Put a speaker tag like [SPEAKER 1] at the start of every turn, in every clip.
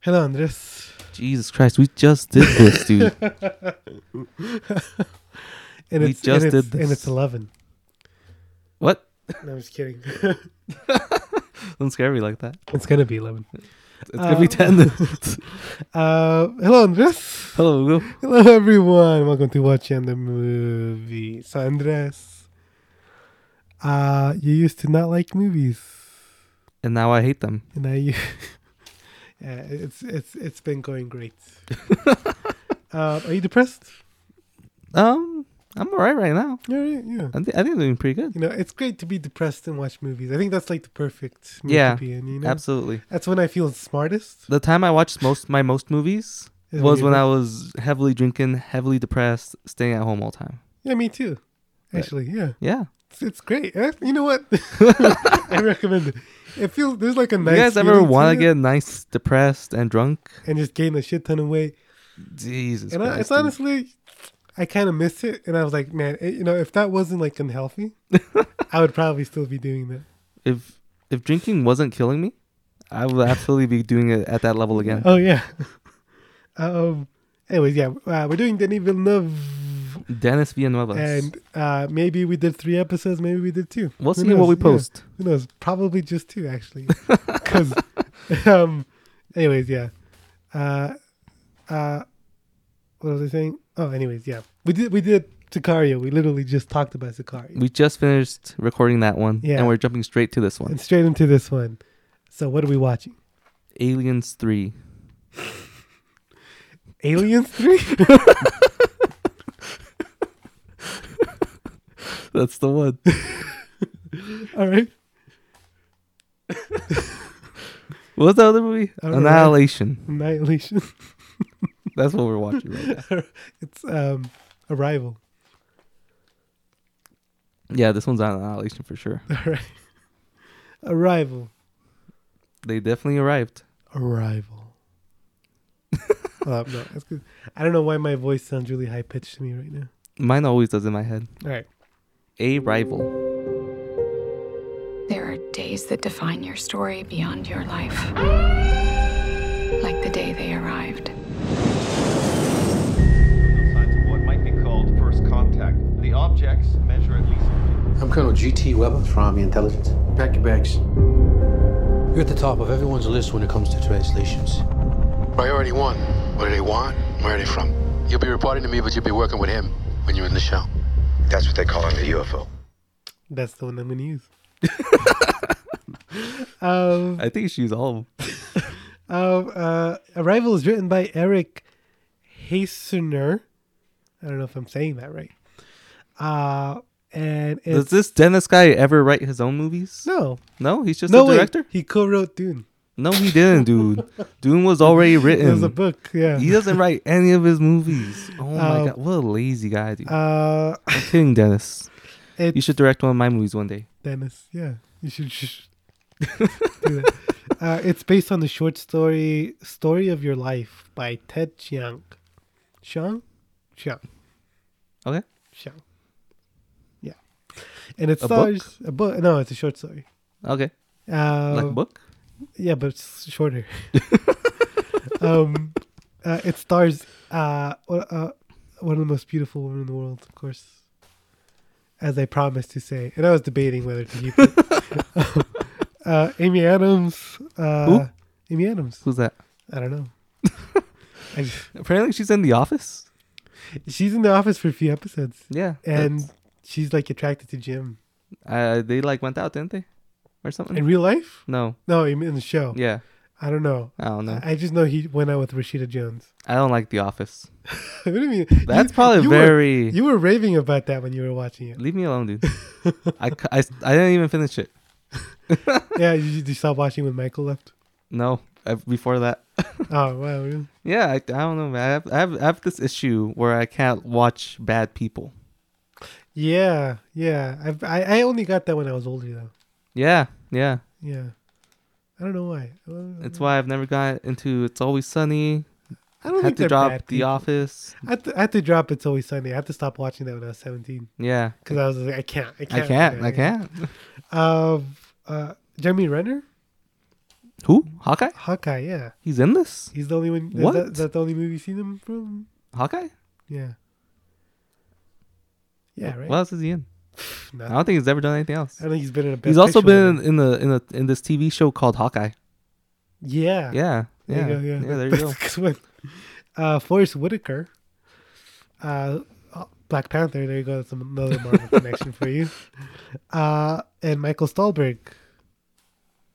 [SPEAKER 1] Hello, Andres.
[SPEAKER 2] Jesus Christ, we just did this, dude.
[SPEAKER 1] And
[SPEAKER 2] We
[SPEAKER 1] it's,
[SPEAKER 2] just
[SPEAKER 1] and
[SPEAKER 2] did
[SPEAKER 1] it's, And
[SPEAKER 2] this.
[SPEAKER 1] it's 11.
[SPEAKER 2] what?
[SPEAKER 1] No, I'm just kidding.
[SPEAKER 2] Don't scare me like that.
[SPEAKER 1] it's going to be 11.
[SPEAKER 2] It's gonna be
[SPEAKER 1] Uh,
[SPEAKER 2] ten.
[SPEAKER 1] Uh, hello, Andres.
[SPEAKER 2] Hello, Google.
[SPEAKER 1] Hello, everyone. Welcome to Watching the Movie. So, Andres, uh, you used to not like movies,
[SPEAKER 2] and now I hate them.
[SPEAKER 1] and now you. yeah, it's it's it's been going great. uh, are you depressed?
[SPEAKER 2] Um, I'm alright right now.
[SPEAKER 1] Yeah, yeah, yeah.
[SPEAKER 2] I, thi- I think I'm doing pretty good.
[SPEAKER 1] You know, it's great to be depressed and watch movies. I think that's like the perfect mood
[SPEAKER 2] Yeah,
[SPEAKER 1] to be in. You know,
[SPEAKER 2] Absolutely.
[SPEAKER 1] that's when I feel smartest.
[SPEAKER 2] The time I watched most my most movies
[SPEAKER 1] is
[SPEAKER 2] was
[SPEAKER 1] you're
[SPEAKER 2] when
[SPEAKER 1] de-
[SPEAKER 2] I was heavily drinking, heavily depressed, staying at home all the time.
[SPEAKER 1] Yeah, me too.
[SPEAKER 2] Yeah.
[SPEAKER 1] Actually, yeah,
[SPEAKER 2] Yeah.
[SPEAKER 1] it's, it's great. Eh, You know what? I recommend it. It feels there's like a nice.
[SPEAKER 2] you guys ever
[SPEAKER 1] feeling to
[SPEAKER 2] want
[SPEAKER 1] it.
[SPEAKER 2] to get nice, depressed, and drunk?
[SPEAKER 1] and just gained a shit ton of weight.
[SPEAKER 2] Jesus.
[SPEAKER 1] and I,
[SPEAKER 2] Christ,
[SPEAKER 1] it's
[SPEAKER 2] dude.
[SPEAKER 1] honestly, I kind of miss it. And I was like, man, it, you know, if that wasn't like unhealthy, I would probably still be doing that.
[SPEAKER 2] if if drinking wasn't killing me, I would absolutely be doing it at that level again.
[SPEAKER 1] Oh yeah. um. Anyways, yeah, uh, we're doing Denis Villeneuve,
[SPEAKER 2] Dennis Villanueva.
[SPEAKER 1] and uh, maybe we did three episodes, maybe we did two.
[SPEAKER 2] we'll
[SPEAKER 1] who
[SPEAKER 2] see what
[SPEAKER 1] knows?
[SPEAKER 2] we
[SPEAKER 1] Yeah.
[SPEAKER 2] post.
[SPEAKER 1] Who knows? Probably just two actually. Because, um. Anyways, yeah. Uh, uh, what was I saying? Oh, anyways, yeah. We did. We did. Sicario. We literally just talked about Sicario.
[SPEAKER 2] We just finished recording that one,
[SPEAKER 1] Yeah.
[SPEAKER 2] and we're jumping straight to this one.
[SPEAKER 1] and straight into this one. So what are we watching?
[SPEAKER 2] Aliens Three.
[SPEAKER 1] Aliens Three?
[SPEAKER 2] That's the one.
[SPEAKER 1] All right.
[SPEAKER 2] What was the other movie?
[SPEAKER 1] I don't know.
[SPEAKER 2] Annihilation.
[SPEAKER 1] Annihilation.
[SPEAKER 2] That's what we're watching right now.
[SPEAKER 1] it's um Arrival.
[SPEAKER 2] Yeah, this one's on Annihilation for sure.
[SPEAKER 1] All right. Arrival.
[SPEAKER 2] They definitely arrived.
[SPEAKER 1] Arrival. oh, no, that's good. I don't know why my voice sounds really high pitched to me right now.
[SPEAKER 2] Mine always does in my head.
[SPEAKER 1] All right.
[SPEAKER 2] A rival.
[SPEAKER 3] There are days that define your story beyond your life. Like the day they arrived.
[SPEAKER 4] signs of what might be called first contact. The objects measure at least
[SPEAKER 5] I'm Colonel G.T. Weber.
[SPEAKER 6] from the intelligence.
[SPEAKER 5] Pack your bags. You're at the top of everyone's list when it comes to translations. Priority one. What do they want? Where are they from? You'll be reporting to me, but you'll be working with him when you're in the show.
[SPEAKER 7] That's what they call him, the UFO.
[SPEAKER 1] That's the one I'm gonna use. um,
[SPEAKER 2] I think she's all of 'em.
[SPEAKER 1] um, uh, Arrival is written by Eric Hasener. I don't know if I'm saying that right. Uh, and it's
[SPEAKER 2] Does this Dennis guy ever write his own movies?
[SPEAKER 1] no,
[SPEAKER 2] No, he's just
[SPEAKER 1] no
[SPEAKER 2] a
[SPEAKER 1] way.
[SPEAKER 2] director.
[SPEAKER 1] He co-wrote Dune.
[SPEAKER 2] No, he didn't, dude. Dune was already
[SPEAKER 1] It was a
[SPEAKER 2] written.
[SPEAKER 1] book. Yeah.
[SPEAKER 2] He doesn't write any of his movies. Oh my
[SPEAKER 1] Um,
[SPEAKER 2] god, what a lazy guy, dude.
[SPEAKER 1] Uh,
[SPEAKER 2] I'm kidding, Dennis.
[SPEAKER 1] it,
[SPEAKER 2] You should direct one of my movies one day.
[SPEAKER 1] Dennis. Yeah, you should. sh- do that. Uh, it's based on the short story "Story of Your Life" by Ted Chiang. Chiang, Chiang,
[SPEAKER 2] Okay.
[SPEAKER 1] Chiang. Yeah, and it
[SPEAKER 2] A book?
[SPEAKER 1] stars a book. No, it's a short story.
[SPEAKER 2] Okay.
[SPEAKER 1] Uh,
[SPEAKER 2] like a book?
[SPEAKER 1] Yeah, but it's shorter. um, uh, it stars uh, one- uh, one of the most beautiful women in the world, of course, as I promised to say. And I was debating whether to keep it. uh, Amy Adams. Uh, Amy Adams.
[SPEAKER 2] Who's that?
[SPEAKER 1] I don't know. I just,
[SPEAKER 2] Apparently she's in the office.
[SPEAKER 1] she's in the office for a few episodes,
[SPEAKER 2] Yeah.
[SPEAKER 1] and
[SPEAKER 2] that's-
[SPEAKER 1] she's like attracted to Jim
[SPEAKER 2] uh, they like went out, didn't they? Or something?
[SPEAKER 1] in real life.
[SPEAKER 2] no.
[SPEAKER 1] No, in in the show.
[SPEAKER 2] Hmm. Yeah.
[SPEAKER 1] I don't know.
[SPEAKER 2] I don't know.
[SPEAKER 1] I I just know he went out with Rashida Jones.
[SPEAKER 2] I don't like the office.
[SPEAKER 1] what do you mean?
[SPEAKER 2] That's
[SPEAKER 1] You-
[SPEAKER 2] probably
[SPEAKER 1] you were-
[SPEAKER 2] very
[SPEAKER 1] You were raving about that when you were watching it.
[SPEAKER 2] Leave me alone, dude. I, c- I s- I didn't even finish it.
[SPEAKER 1] Yeah, you, you stopped watching when Michael left.
[SPEAKER 2] No, I, before that.
[SPEAKER 1] Oh wow, really?
[SPEAKER 2] Yeah, I, I don't know, man. I have, I, have, I have this issue where I can't watch bad people.
[SPEAKER 1] Yeah, yeah. I've, I I only got that when I was older though.
[SPEAKER 2] Yeah, yeah.
[SPEAKER 1] Yeah, I don't know why. I don't,
[SPEAKER 2] It's why I've never got into It's Always Sunny.
[SPEAKER 1] I don't
[SPEAKER 2] had
[SPEAKER 1] think
[SPEAKER 2] to
[SPEAKER 1] they're
[SPEAKER 2] drop
[SPEAKER 1] bad
[SPEAKER 2] The
[SPEAKER 1] people.
[SPEAKER 2] Office.
[SPEAKER 1] I had, to, I had to drop It's Always Sunday. I had to stop watching that when I was seventeen
[SPEAKER 2] Yeah.
[SPEAKER 1] because I was like, I can't, I
[SPEAKER 2] I
[SPEAKER 1] can't,
[SPEAKER 2] can't. I
[SPEAKER 1] Yeah,
[SPEAKER 2] can't.
[SPEAKER 1] yeah. Uh, uh, Jeremy Renner.
[SPEAKER 2] Who? Hawkeye?
[SPEAKER 1] Hawkeye, yeah,
[SPEAKER 2] He's in this?
[SPEAKER 1] he's the only one.
[SPEAKER 2] What?
[SPEAKER 1] That, that the only movie you've seen him from?
[SPEAKER 2] Hawkeye?
[SPEAKER 1] Yeah. Yeah, right.
[SPEAKER 2] What else is he in? I
[SPEAKER 1] Nothing.
[SPEAKER 2] don't think he's ever done anything else.
[SPEAKER 1] I don't think he's been in a. Best
[SPEAKER 2] He's also
[SPEAKER 1] Picture winner.
[SPEAKER 2] been in, in the in the in this TV show called Hawkeye.
[SPEAKER 1] Yeah.
[SPEAKER 2] Yeah. Yeah.
[SPEAKER 1] There you go. Yeah.
[SPEAKER 2] yeah. there you go.
[SPEAKER 1] That's a good one. Uh, Forrest Whitaker. Uh, Black Panther. There you go. That's another Marvel connection for you. Uh, and Michael Stahlberg.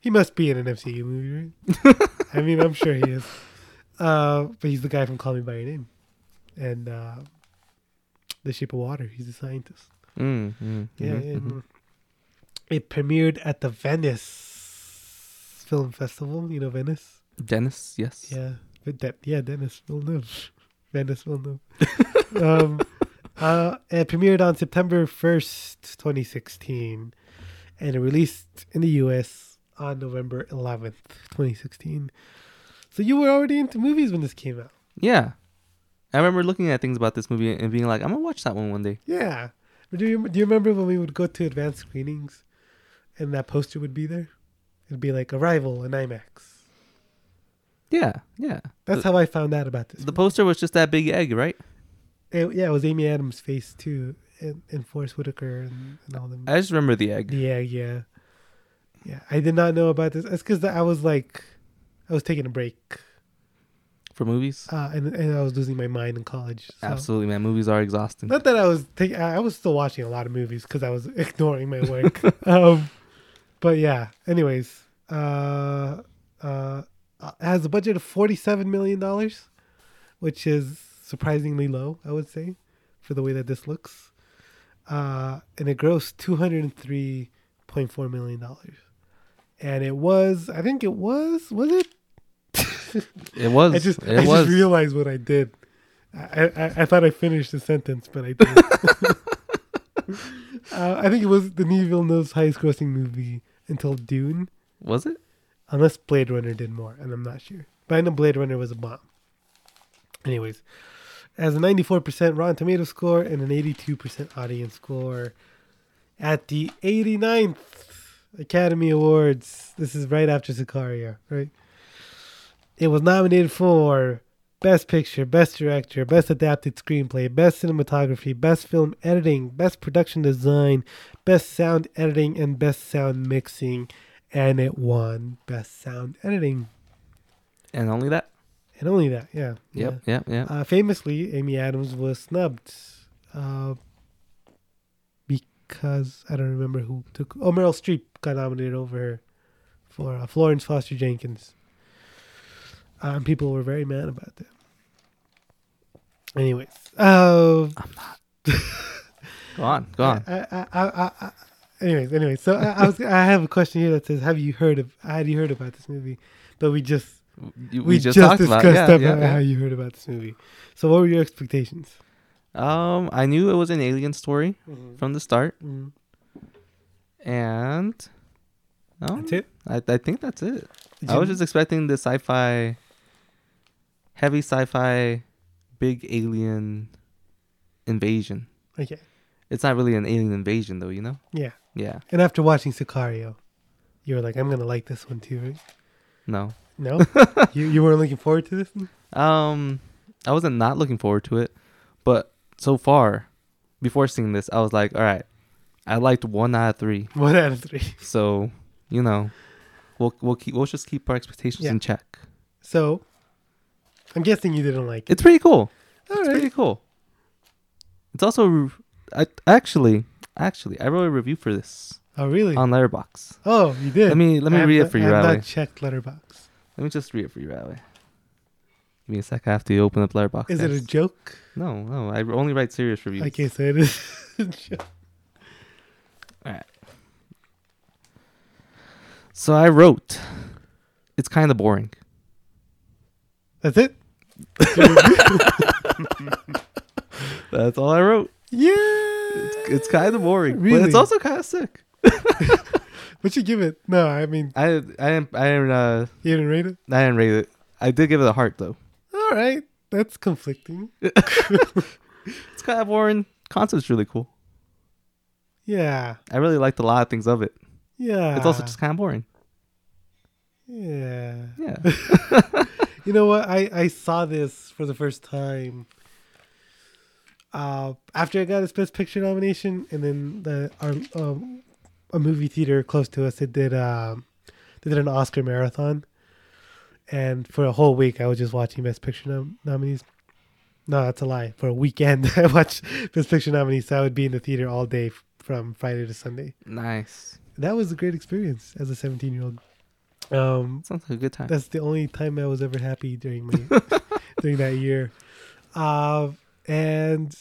[SPEAKER 1] He must be in an MCU movie, right? I mean, I'm sure he is. Uh, but he's the guy from Call Me by Your Name, and uh, The Shape of Water. He's a scientist.
[SPEAKER 2] Mm, mm,
[SPEAKER 1] Yeah.
[SPEAKER 2] mhm,
[SPEAKER 1] yeah,
[SPEAKER 2] mhm.
[SPEAKER 1] mm. It premiered at the Venice Film Festival. You know Venice.
[SPEAKER 2] Dennis, yes.
[SPEAKER 1] Yeah, but that yeah, Dennis Villeneuve, Dennis Villeneuve. um, uh, it premiered on September first, twenty sixteen, and it released in the U.S. on November eleventh, twenty sixteen. So you were already into movies when this came out.
[SPEAKER 2] Yeah. I remember looking at things about this movie and being like, I'm gonna watch that one one day.
[SPEAKER 1] Yeah. But do you do you remember when we would go to advanced screenings, and that poster would be there? It'd be like Arrival in IMAX.
[SPEAKER 2] Yeah, yeah.
[SPEAKER 1] That's how I found out about this.
[SPEAKER 2] The poster was just that big egg, right?
[SPEAKER 1] It, yeah, it was Amy Adams' face too, and, and Forrest Whitaker and, and all them.
[SPEAKER 2] I just remember the egg.
[SPEAKER 1] yeah, yeah, yeah. I did not know about this. It's because I was like, I was taking a break,
[SPEAKER 2] For movies.
[SPEAKER 1] uh, and and I was losing my mind in college. so-
[SPEAKER 2] Absolutely, man. Movies are exhausting.
[SPEAKER 1] Not that I was taking. I I was still watching a lot of movies because I was ignoring my work. um, but yeah. Anyways, uh, uh, it has a budget of forty-seven million dollars, which is surprisingly low, I would say, for the way that this looks. Uh, and it grossed two hundred and three point four million dollars. And it was, I think it was, was it
[SPEAKER 2] It was.
[SPEAKER 1] I just
[SPEAKER 2] it
[SPEAKER 1] I
[SPEAKER 2] was.
[SPEAKER 1] just realized what I did. I, I, I thought I finished the sentence, but I didn't. uh, I think it was Denis Villeneuve's highest grossing movie until Dune,
[SPEAKER 2] was it?
[SPEAKER 1] unless Blade Runner did more, and I'm not sure. But I know Blade Runner was a bomb. Anyways, it has a 94% Rotten Tomato score and an 82% audience score at the 89th Academy Awards. This is right after Sicario, right? It was nominated for Best Picture, Best Director, Best Adapted Screenplay, Best Cinematography, Best Film Editing, Best Production Design, Best Sound Editing, and Best Sound Mixing. And it won Best Sound Editing.
[SPEAKER 2] And only that.
[SPEAKER 1] And only that, yeah. yeah.
[SPEAKER 2] Yep. Yep. Yep.
[SPEAKER 1] Uh, famously, Amy Adams was snubbed uh, because I don't remember who took. Oh, Meryl Streep got nominated over her for uh, Florence Foster Jenkins. Uh, and people were very mad about that. Anyways, uh,
[SPEAKER 2] go on. Go on.
[SPEAKER 1] I, I, I, I, I, anyways, anyways, so I, I was I have a question here that says, "Have you heard of? Had you heard about this movie?" But we just
[SPEAKER 2] You-
[SPEAKER 1] we, just, discussed about how you heard about this movie. So, what were your expectations?
[SPEAKER 2] Um, I knew it was an alien story from the start,
[SPEAKER 1] Mhm.
[SPEAKER 2] and um,
[SPEAKER 1] That's it?
[SPEAKER 2] I, I think that's it.
[SPEAKER 1] Did
[SPEAKER 2] I was
[SPEAKER 1] you-
[SPEAKER 2] just expecting the sci-fi, heavy sci-fi, big alien invasion.
[SPEAKER 1] Okay.
[SPEAKER 2] It's not really an alien invasion though, you know?
[SPEAKER 1] Yeah.
[SPEAKER 2] Yeah.
[SPEAKER 1] And after watching Sicario, you were like, I'm gonna like this one too, right?
[SPEAKER 2] No.
[SPEAKER 1] No? you you weren't looking forward to this one?
[SPEAKER 2] Um, I wasn't not looking forward to it, but so far, before seeing this, I was like, all right, I liked one out of three.
[SPEAKER 1] One out of three.
[SPEAKER 2] So, you know, we'll we'll keep we'll just keep our expectations
[SPEAKER 1] Yeah.
[SPEAKER 2] in check.
[SPEAKER 1] So I'm guessing you didn't like it.
[SPEAKER 2] It's pretty
[SPEAKER 1] All
[SPEAKER 2] cool. It's
[SPEAKER 1] right.
[SPEAKER 2] pretty cool. It's also, I actually, actually, I wrote a review for this
[SPEAKER 1] Oh really?
[SPEAKER 2] on Letterbox.
[SPEAKER 1] oh, you did.
[SPEAKER 2] Um, Let me- let me
[SPEAKER 1] I have
[SPEAKER 2] read it
[SPEAKER 1] not-
[SPEAKER 2] for you,
[SPEAKER 1] I have
[SPEAKER 2] Riley.
[SPEAKER 1] not checked letterbox.
[SPEAKER 2] Let me just read it for you right away. Give me a sec. I have to open up Letterbox.
[SPEAKER 1] Is it a
[SPEAKER 2] guys.
[SPEAKER 1] joke?
[SPEAKER 2] No, no. I only write serious reviews.
[SPEAKER 1] Okay, so it is a joke.
[SPEAKER 2] So I wrote, it's kind of boring.
[SPEAKER 1] That's it?
[SPEAKER 2] That's all I wrote.
[SPEAKER 1] Yeah.
[SPEAKER 2] It's kind of boring, but
[SPEAKER 1] Really?
[SPEAKER 2] it's also kind of sick.
[SPEAKER 1] What'd you give it? No, I mean
[SPEAKER 2] I I didn't I didn't uh,
[SPEAKER 1] you didn't rate it?
[SPEAKER 2] I didn't rate it. I did give it a heart though.
[SPEAKER 1] All right. That's conflicting.
[SPEAKER 2] It's kind of boring. Concept's really cool.
[SPEAKER 1] Yeah.
[SPEAKER 2] I really liked a lot of things of it.
[SPEAKER 1] Yeah.
[SPEAKER 2] It's also just kind of boring.
[SPEAKER 1] Yeah.
[SPEAKER 2] Yeah.
[SPEAKER 1] You know what? I, I saw this for the first time uh, after I got its Best Picture nomination, and then the our um, a movie theater close to us. It did um, they did an Oscar marathon, and for a whole week I was just watching Best Picture nom- nominees. No, that's a lie. For a weekend, I watched Best Picture nominees. So I would be in the theater all day f- from Friday to Sunday.
[SPEAKER 2] nice.
[SPEAKER 1] That was a great experience as a seventeen-year-old. Um,
[SPEAKER 2] Sounds like a good time.
[SPEAKER 1] that's the only time I was ever happy during my during that year. Uh, and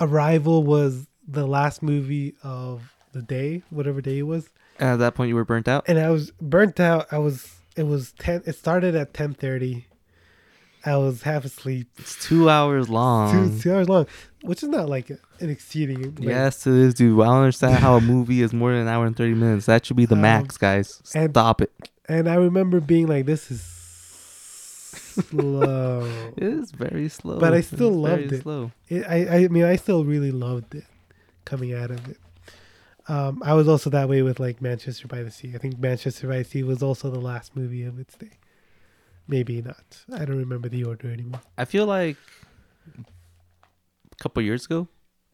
[SPEAKER 1] Arrival was the last movie of the day, whatever day it was.
[SPEAKER 2] And at that point, you were burnt out.
[SPEAKER 1] And I was burnt out. I was it was ten. It started at ten thirty. I was half asleep.
[SPEAKER 2] It's two hours long.
[SPEAKER 1] Two, two hours long, which is not like an exceeding. length.
[SPEAKER 2] Yes, it is, dude. I don't understand how a movie is more than an hour and thirty minutes. That should be the
[SPEAKER 1] Um,
[SPEAKER 2] max, guys.
[SPEAKER 1] and-
[SPEAKER 2] Stop it.
[SPEAKER 1] And I remember being like, "This is slow."
[SPEAKER 2] It is very slow.
[SPEAKER 1] But I
[SPEAKER 2] It is
[SPEAKER 1] still loved
[SPEAKER 2] very
[SPEAKER 1] it.
[SPEAKER 2] Slow.
[SPEAKER 1] it, I, I mean, I still really loved it coming out of it. Um, I was also that way with like Manchester by the Sea. I think Manchester by the Sea was also the last movie of its day. Maybe not. I don't remember the order anymore.
[SPEAKER 2] I feel like a couple years ago,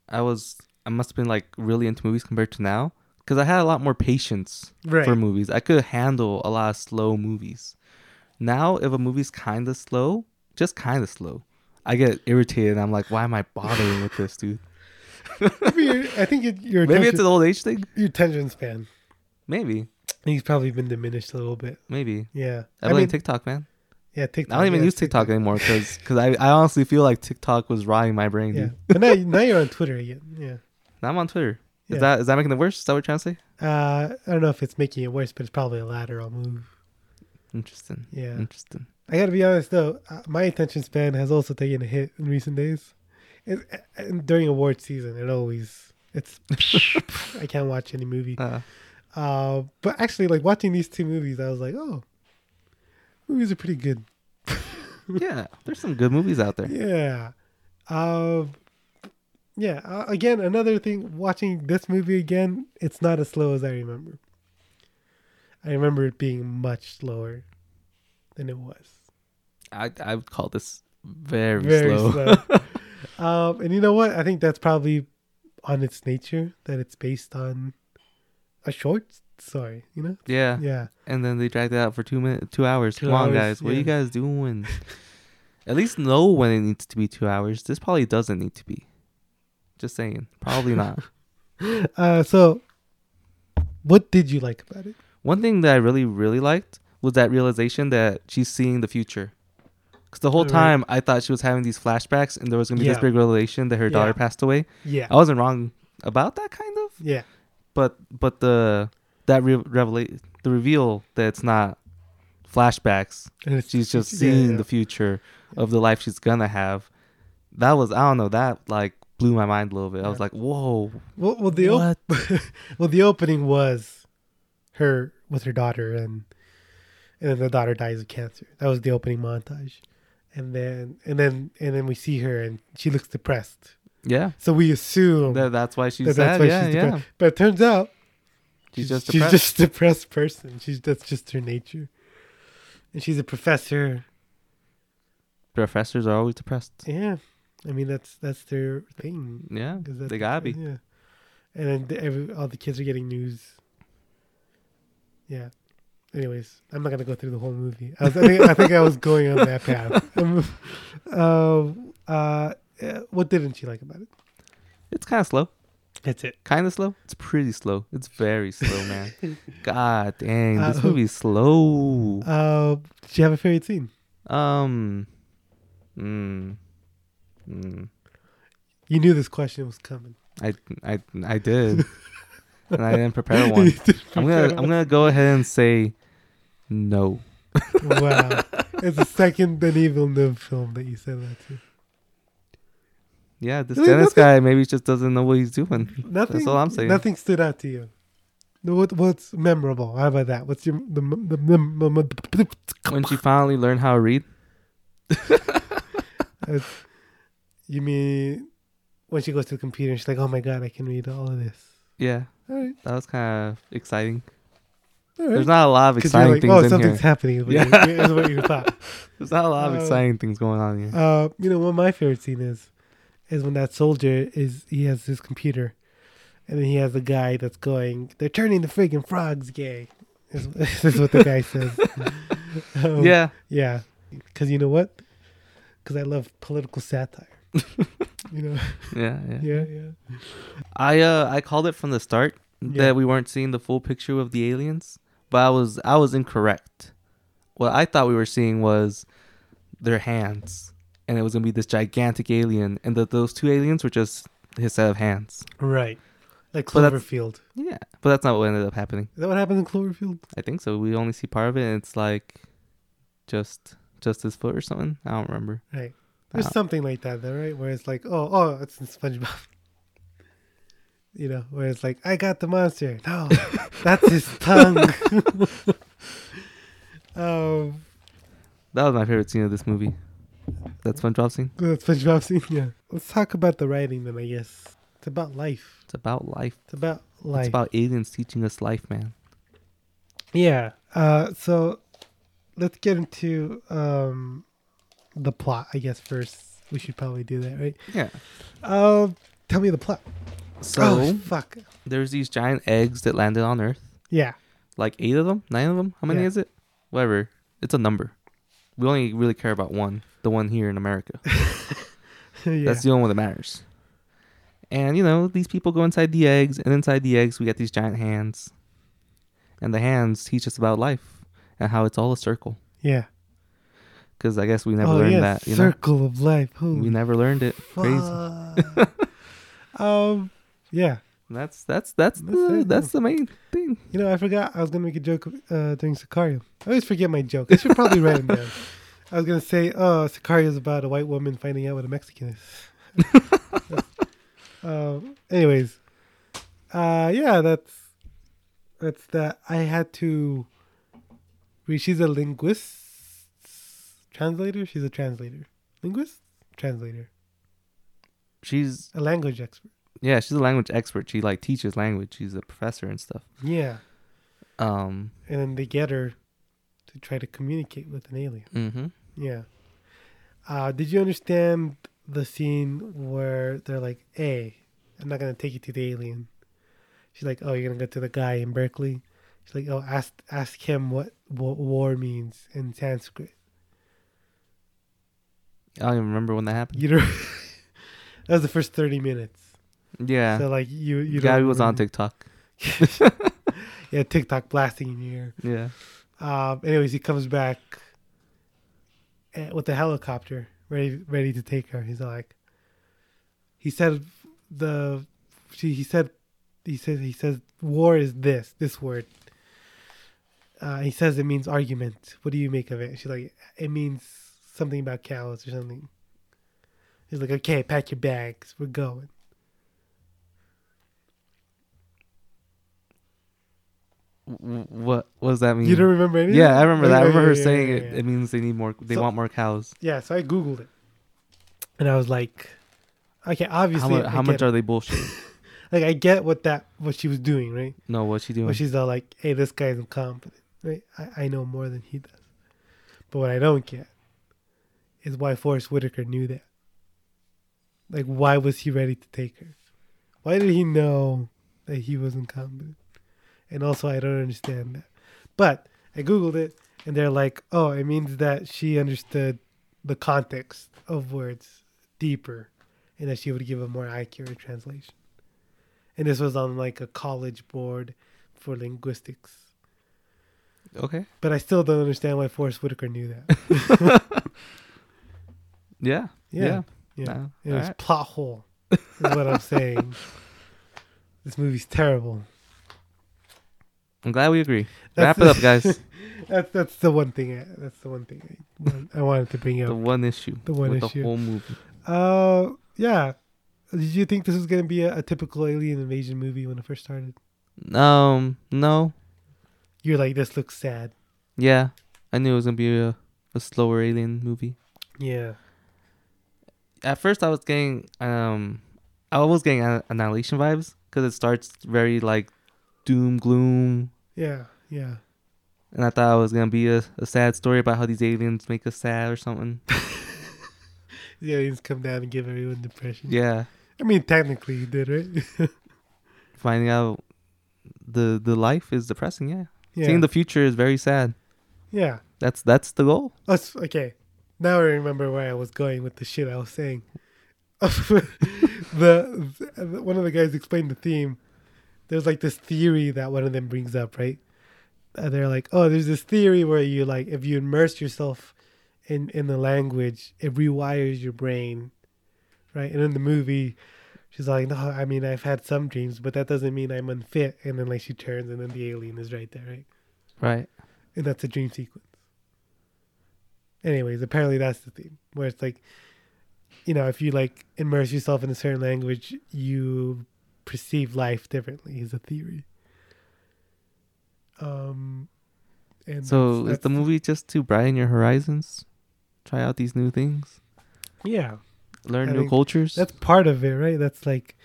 [SPEAKER 2] I was I must have been like really into movies compared to now because I had a lot more patience
[SPEAKER 1] Right.
[SPEAKER 2] for movies. I could handle a lot of slow movies. Now, if a movie's kind of slow, just kind of slow, I get irritated. and I'm like, why am I bothering with this, dude?
[SPEAKER 1] Maybe your- I think your your
[SPEAKER 2] Maybe it's
[SPEAKER 1] attention,
[SPEAKER 2] an old age thing.
[SPEAKER 1] your attention span.
[SPEAKER 2] Maybe,
[SPEAKER 1] I think it's probably been diminished a little bit.
[SPEAKER 2] maybe.
[SPEAKER 1] Yeah.
[SPEAKER 2] I,
[SPEAKER 1] I
[SPEAKER 2] blame
[SPEAKER 1] mean,
[SPEAKER 2] TikTok, man.
[SPEAKER 1] yeah, TikTok.
[SPEAKER 2] I don't even
[SPEAKER 1] yeah,
[SPEAKER 2] use TikTok anymore because I, I honestly feel like TikTok was rotting my brain.
[SPEAKER 1] Yeah.
[SPEAKER 2] Dude.
[SPEAKER 1] But now, now you're on Twitter again. Yeah.
[SPEAKER 2] Now I'm on Twitter. Is
[SPEAKER 1] Yeah.
[SPEAKER 2] that is that making it worse? Is that what you're trying to say?
[SPEAKER 1] Uh, I don't know if it's making it worse, but it's probably a lateral move.
[SPEAKER 2] Interesting.
[SPEAKER 1] Yeah.
[SPEAKER 2] Interesting.
[SPEAKER 1] I gotta be honest though, uh, my attention span has also taken a hit in recent days. It, uh, and during award season, it always it's I can't watch any movie.
[SPEAKER 2] Uh,
[SPEAKER 1] Uh, but actually, like watching these two movies, I was like, oh, movies are pretty good.
[SPEAKER 2] yeah. There's some good movies out there.
[SPEAKER 1] Yeah. Um, yeah. Uh, again, another thing. Watching this movie again, it's not as slow as I remember. I remember it being much slower than it was.
[SPEAKER 2] I I would call this very,
[SPEAKER 1] very
[SPEAKER 2] slow.
[SPEAKER 1] slow. um, and you know what? I think that's probably on its nature that it's based on a short story. You know?
[SPEAKER 2] Yeah.
[SPEAKER 1] Yeah.
[SPEAKER 2] And then they dragged it out for two minutes, two hours.
[SPEAKER 1] Two
[SPEAKER 2] Come on,
[SPEAKER 1] hours,
[SPEAKER 2] guys. What are you
[SPEAKER 1] yeah.
[SPEAKER 2] guys doing? At least know when it needs to be two hours. This probably doesn't need to be. Just saying. Probably not.
[SPEAKER 1] Uh, so, what did you like about it?
[SPEAKER 2] One thing that I really, really liked was that realization that she's seeing the future. Because the whole
[SPEAKER 1] Right.
[SPEAKER 2] time I thought she was having these flashbacks and there was going to be
[SPEAKER 1] Yeah.
[SPEAKER 2] this big revelation that her
[SPEAKER 1] Yeah.
[SPEAKER 2] daughter passed away.
[SPEAKER 1] Yeah.
[SPEAKER 2] I wasn't wrong about that, kind of.
[SPEAKER 1] Oh. Yeah.
[SPEAKER 2] But but the that re- revela- the reveal that it's not flashbacks.
[SPEAKER 1] And it's-
[SPEAKER 2] She's just
[SPEAKER 1] yeah,
[SPEAKER 2] seeing
[SPEAKER 1] yeah.
[SPEAKER 2] the future of the life she's going to have. That was, I don't know, that like blew my mind a little bit. I was like, whoa.
[SPEAKER 1] Well, well the op- well the opening was her with her daughter and and then the daughter dies of cancer. That was the opening montage. And then and then and then we see her and she looks depressed.
[SPEAKER 2] Yeah.
[SPEAKER 1] So we assume
[SPEAKER 2] That, that's why she's
[SPEAKER 1] Mm-hmm. that that's
[SPEAKER 2] sad.
[SPEAKER 1] why
[SPEAKER 2] yeah,
[SPEAKER 1] she's
[SPEAKER 2] yeah.
[SPEAKER 1] depressed. But it turns out
[SPEAKER 2] She's just
[SPEAKER 1] she's
[SPEAKER 2] depressed.
[SPEAKER 1] just a depressed person. She's that's just her nature. And she's a professor.
[SPEAKER 2] Professors are always depressed.
[SPEAKER 1] Yeah, I mean that's that's their thing.
[SPEAKER 2] Yeah,
[SPEAKER 1] 'Cause that's-
[SPEAKER 2] they gotta be.
[SPEAKER 1] Yeah, and then the, every, all the kids are getting news. Yeah. Anyways, I'm not gonna go through the whole movie. I, was, I, think, I think I was going on that path. Um, um, uh, yeah, what didn't you like about it?
[SPEAKER 2] It's kind of slow,
[SPEAKER 1] That's it.
[SPEAKER 2] kind of slow. It's pretty slow. It's very slow, man. God dang,
[SPEAKER 1] Uh,
[SPEAKER 2] this movie's slow.
[SPEAKER 1] Uh, did you have a favorite scene?
[SPEAKER 2] Um, mm, mm,
[SPEAKER 1] You knew this question was coming.
[SPEAKER 2] I, I, I did, and I didn't prepare one. I'm gonna, I'm gonna go ahead and say no.
[SPEAKER 1] Wow. it's the second Denis Villeneuve film that you said that to.
[SPEAKER 2] Yeah, this
[SPEAKER 1] Really,
[SPEAKER 2] Dennis
[SPEAKER 1] nothing-
[SPEAKER 2] guy maybe just doesn't know what he's doing.
[SPEAKER 1] Nothing.
[SPEAKER 2] That's all I'm saying.
[SPEAKER 1] Nothing stood out to you. No, What, what's memorable? How about that? What's your the the, the,
[SPEAKER 2] When she finally learned how to read,
[SPEAKER 1] the you mean when she goes to the computer and she's like, "Oh my god, I can read all of this."
[SPEAKER 2] yeah,
[SPEAKER 1] All right.
[SPEAKER 2] that was kind of exciting.
[SPEAKER 1] All right.
[SPEAKER 2] There's not a lot of
[SPEAKER 1] 'Cause you're
[SPEAKER 2] exciting
[SPEAKER 1] like,
[SPEAKER 2] things
[SPEAKER 1] oh,
[SPEAKER 2] in
[SPEAKER 1] something's
[SPEAKER 2] here.
[SPEAKER 1] happening. Is what,
[SPEAKER 2] Yeah.
[SPEAKER 1] you, is what you thought.
[SPEAKER 2] There's not a lot of
[SPEAKER 1] Uh,
[SPEAKER 2] exciting things going on here.
[SPEAKER 1] Uh, you know, one of my favorite scene is is when that soldier is he has his computer, and then he has a guy that's going, "They're turning the friggin' frogs gay." Is, is what the guy says. Um,
[SPEAKER 2] yeah,
[SPEAKER 1] yeah, because you know what? Because I love political satire. you know,
[SPEAKER 2] yeah, yeah.
[SPEAKER 1] yeah, yeah.
[SPEAKER 2] I uh I called it from the start
[SPEAKER 1] Yeah.
[SPEAKER 2] that we weren't seeing the full picture of the aliens, but I was I was incorrect. What I thought we were seeing was their hands, and it was gonna be this gigantic alien, and that those two aliens were just his set of hands.
[SPEAKER 1] Right, like
[SPEAKER 2] But that's-
[SPEAKER 1] Cloverfield.
[SPEAKER 2] Yeah, but that's not what ended up happening.
[SPEAKER 1] Is that what happens in Cloverfield?
[SPEAKER 2] I think so. We only see part of it, and it's like just just his foot or something. I don't remember.
[SPEAKER 1] Right. There's
[SPEAKER 2] Uh,
[SPEAKER 1] something like that, though, right? Where it's like, oh, oh, it's in SpongeBob. You know, where it's like, I got the monster. No, that's his tongue. um,
[SPEAKER 2] That was my favorite scene of this movie. That SpongeBob scene.
[SPEAKER 1] the SpongeBob scene. Yeah. Let's talk about the writing, then. I guess it's about life.
[SPEAKER 2] It's about life.
[SPEAKER 1] It's about life.
[SPEAKER 2] It's about aliens teaching us life, man.
[SPEAKER 1] yeah. Uh, so let's get into um, the plot. I guess first we should probably do that, right?
[SPEAKER 2] Yeah.
[SPEAKER 1] Um, tell me the plot.
[SPEAKER 2] So.
[SPEAKER 1] oh fuck.
[SPEAKER 2] there's these giant eggs that landed on Earth.
[SPEAKER 1] Yeah.
[SPEAKER 2] Like eight of them, nine of them. How many
[SPEAKER 1] Yeah.
[SPEAKER 2] is it? Whatever. It's a number. We only really care about one, the one here in America.
[SPEAKER 1] yeah.
[SPEAKER 2] That's the only one that matters. And you know, these people go inside the eggs, and inside the eggs, we got these giant hands. And the hands teach us about life and how it's all a circle.
[SPEAKER 1] yeah.
[SPEAKER 2] Because I guess we never learned that. You
[SPEAKER 1] Oh, circle of life.
[SPEAKER 2] know, we
[SPEAKER 1] Holy
[SPEAKER 2] never learned it. Crazy.
[SPEAKER 1] fuck. um, yeah.
[SPEAKER 2] That's that's that's
[SPEAKER 1] That's
[SPEAKER 2] the,
[SPEAKER 1] it,
[SPEAKER 2] that's the main thing.
[SPEAKER 1] You know, I forgot I was gonna make a joke uh, during Sicario. I always forget my joke. I should probably write them down. I was gonna say, "Oh, Sicario is about a white woman finding out what a Mexican is." um, anyways, uh, yeah, that's that's that. I had to. re- She's a linguist, translator. She's a translator, linguist, translator,
[SPEAKER 2] She's
[SPEAKER 1] a language expert.
[SPEAKER 2] yeah, she's a language expert. She like teaches language. She's a professor and stuff.
[SPEAKER 1] Yeah,
[SPEAKER 2] Um,
[SPEAKER 1] and then they get her to try to communicate with an alien.
[SPEAKER 2] mm-hmm.
[SPEAKER 1] Yeah. Uh, did you understand the scene where they're like, "Hey, I'm not gonna take you to the alien." She's like, "Oh, you're gonna go to the guy in Berkeley." She's like, "Oh, ask ask him what, what war means in Sanskrit."
[SPEAKER 2] I don't even remember when that happened.
[SPEAKER 1] You know, that was the first thirty minutes.
[SPEAKER 2] Yeah,
[SPEAKER 1] So like you, you.
[SPEAKER 2] guy
[SPEAKER 1] don't
[SPEAKER 2] was on
[SPEAKER 1] remember-
[SPEAKER 2] TikTok.
[SPEAKER 1] yeah, TikTok blasting in your ear.
[SPEAKER 2] Yeah,
[SPEAKER 1] Um, anyways, he comes back eh, with the helicopter ready ready to take her. He's like, he said the she he said he says he says war is this this word. Uh, he says it means argument. What do you make of it? She's like, it means something about cows or something. He's like, okay, pack your bags, we're going.
[SPEAKER 2] W- what what does that mean?
[SPEAKER 1] You don't remember anything?
[SPEAKER 2] Mm. yeah, I remember that. I
[SPEAKER 1] Yeah,
[SPEAKER 2] remember
[SPEAKER 1] yeah,
[SPEAKER 2] her
[SPEAKER 1] yeah,
[SPEAKER 2] saying
[SPEAKER 1] yeah,
[SPEAKER 2] it.
[SPEAKER 1] yeah.
[SPEAKER 2] It means they need more. They
[SPEAKER 1] So-
[SPEAKER 2] want more cows.
[SPEAKER 1] Yeah, so I googled it, and I was like, okay,
[SPEAKER 2] How,
[SPEAKER 1] obviously,
[SPEAKER 2] mu-
[SPEAKER 1] I
[SPEAKER 2] how
[SPEAKER 1] get
[SPEAKER 2] much
[SPEAKER 1] it.
[SPEAKER 2] are they bullshit?
[SPEAKER 1] like I get what that what she was doing, right?
[SPEAKER 2] no, what's she doing?
[SPEAKER 1] Where she's all like, "Hey, this guy's incompetent, right? I, I know more than he does." But what I don't get is why Forrest Whitaker knew that. Like, why was he ready to take her? Why did he know that he was incompetent? And also, I don't understand that. But I googled it, and they're like, "Oh, it means that she understood the context of words deeper, and that she would give a more accurate translation." and this was on like a college board for linguistics.
[SPEAKER 2] okay.
[SPEAKER 1] But I still don't understand why Forrest Whitaker knew that.
[SPEAKER 2] Yeah.
[SPEAKER 1] Yeah,
[SPEAKER 2] Yeah.
[SPEAKER 1] Yeah,
[SPEAKER 2] No,
[SPEAKER 1] it was
[SPEAKER 2] alright.
[SPEAKER 1] plot hole. Is what I'm saying. This movie's terrible.
[SPEAKER 2] I'm glad we agree.
[SPEAKER 1] That's
[SPEAKER 2] Wrap it up, guys.
[SPEAKER 1] That's that's the one thing. I, that's the one thing I, want- I wanted to bring
[SPEAKER 2] the
[SPEAKER 1] up.
[SPEAKER 2] one issue.
[SPEAKER 1] The one
[SPEAKER 2] with
[SPEAKER 1] issue.
[SPEAKER 2] The whole movie.
[SPEAKER 1] Uh, yeah. Did you think this was gonna be a, a typical alien invasion movie when it first started?
[SPEAKER 2] Um. No.
[SPEAKER 1] You're like, this looks sad.
[SPEAKER 2] Yeah. I knew it was gonna be a, a slower alien movie.
[SPEAKER 1] Yeah.
[SPEAKER 2] at first I was getting um I was getting Anni- annihilation vibes because it starts very like doom gloom
[SPEAKER 1] Yeah. Yeah.
[SPEAKER 2] and I thought it was gonna be a, a sad story about how these aliens make us sad or something.
[SPEAKER 1] The aliens come down and give everyone depression.
[SPEAKER 2] yeah,
[SPEAKER 1] I mean, technically he did, right?
[SPEAKER 2] finding out the the life is depressing. Yeah,
[SPEAKER 1] yeah.
[SPEAKER 2] seeing the future is very sad.
[SPEAKER 1] yeah.
[SPEAKER 2] That's that's the goal.
[SPEAKER 1] Us okay. Now I remember where I was going with the shit I was saying. the, the- one of the guys explained the theme. There's like this theory that one of them brings up, right? Uh, they're like, oh, there's this theory where you like if you immerse yourself in in the language, it rewires your brain, right? And in the movie, she's like, no, I mean I've had some dreams, but that doesn't mean I'm unfit. And then like she turns, and then the alien is right there, right?
[SPEAKER 2] Right.
[SPEAKER 1] and that's a dream sequence. Anyways, apparently that's the theme where it's like, you know, if you like immerse yourself in a certain language, you perceive life differently. Is a theory. Um, and
[SPEAKER 2] So
[SPEAKER 1] that's-
[SPEAKER 2] is the movie just to brighten your horizons? Try out these new things,
[SPEAKER 1] yeah,
[SPEAKER 2] learn
[SPEAKER 1] I
[SPEAKER 2] new
[SPEAKER 1] think
[SPEAKER 2] cultures.
[SPEAKER 1] that's part of it, right? That's like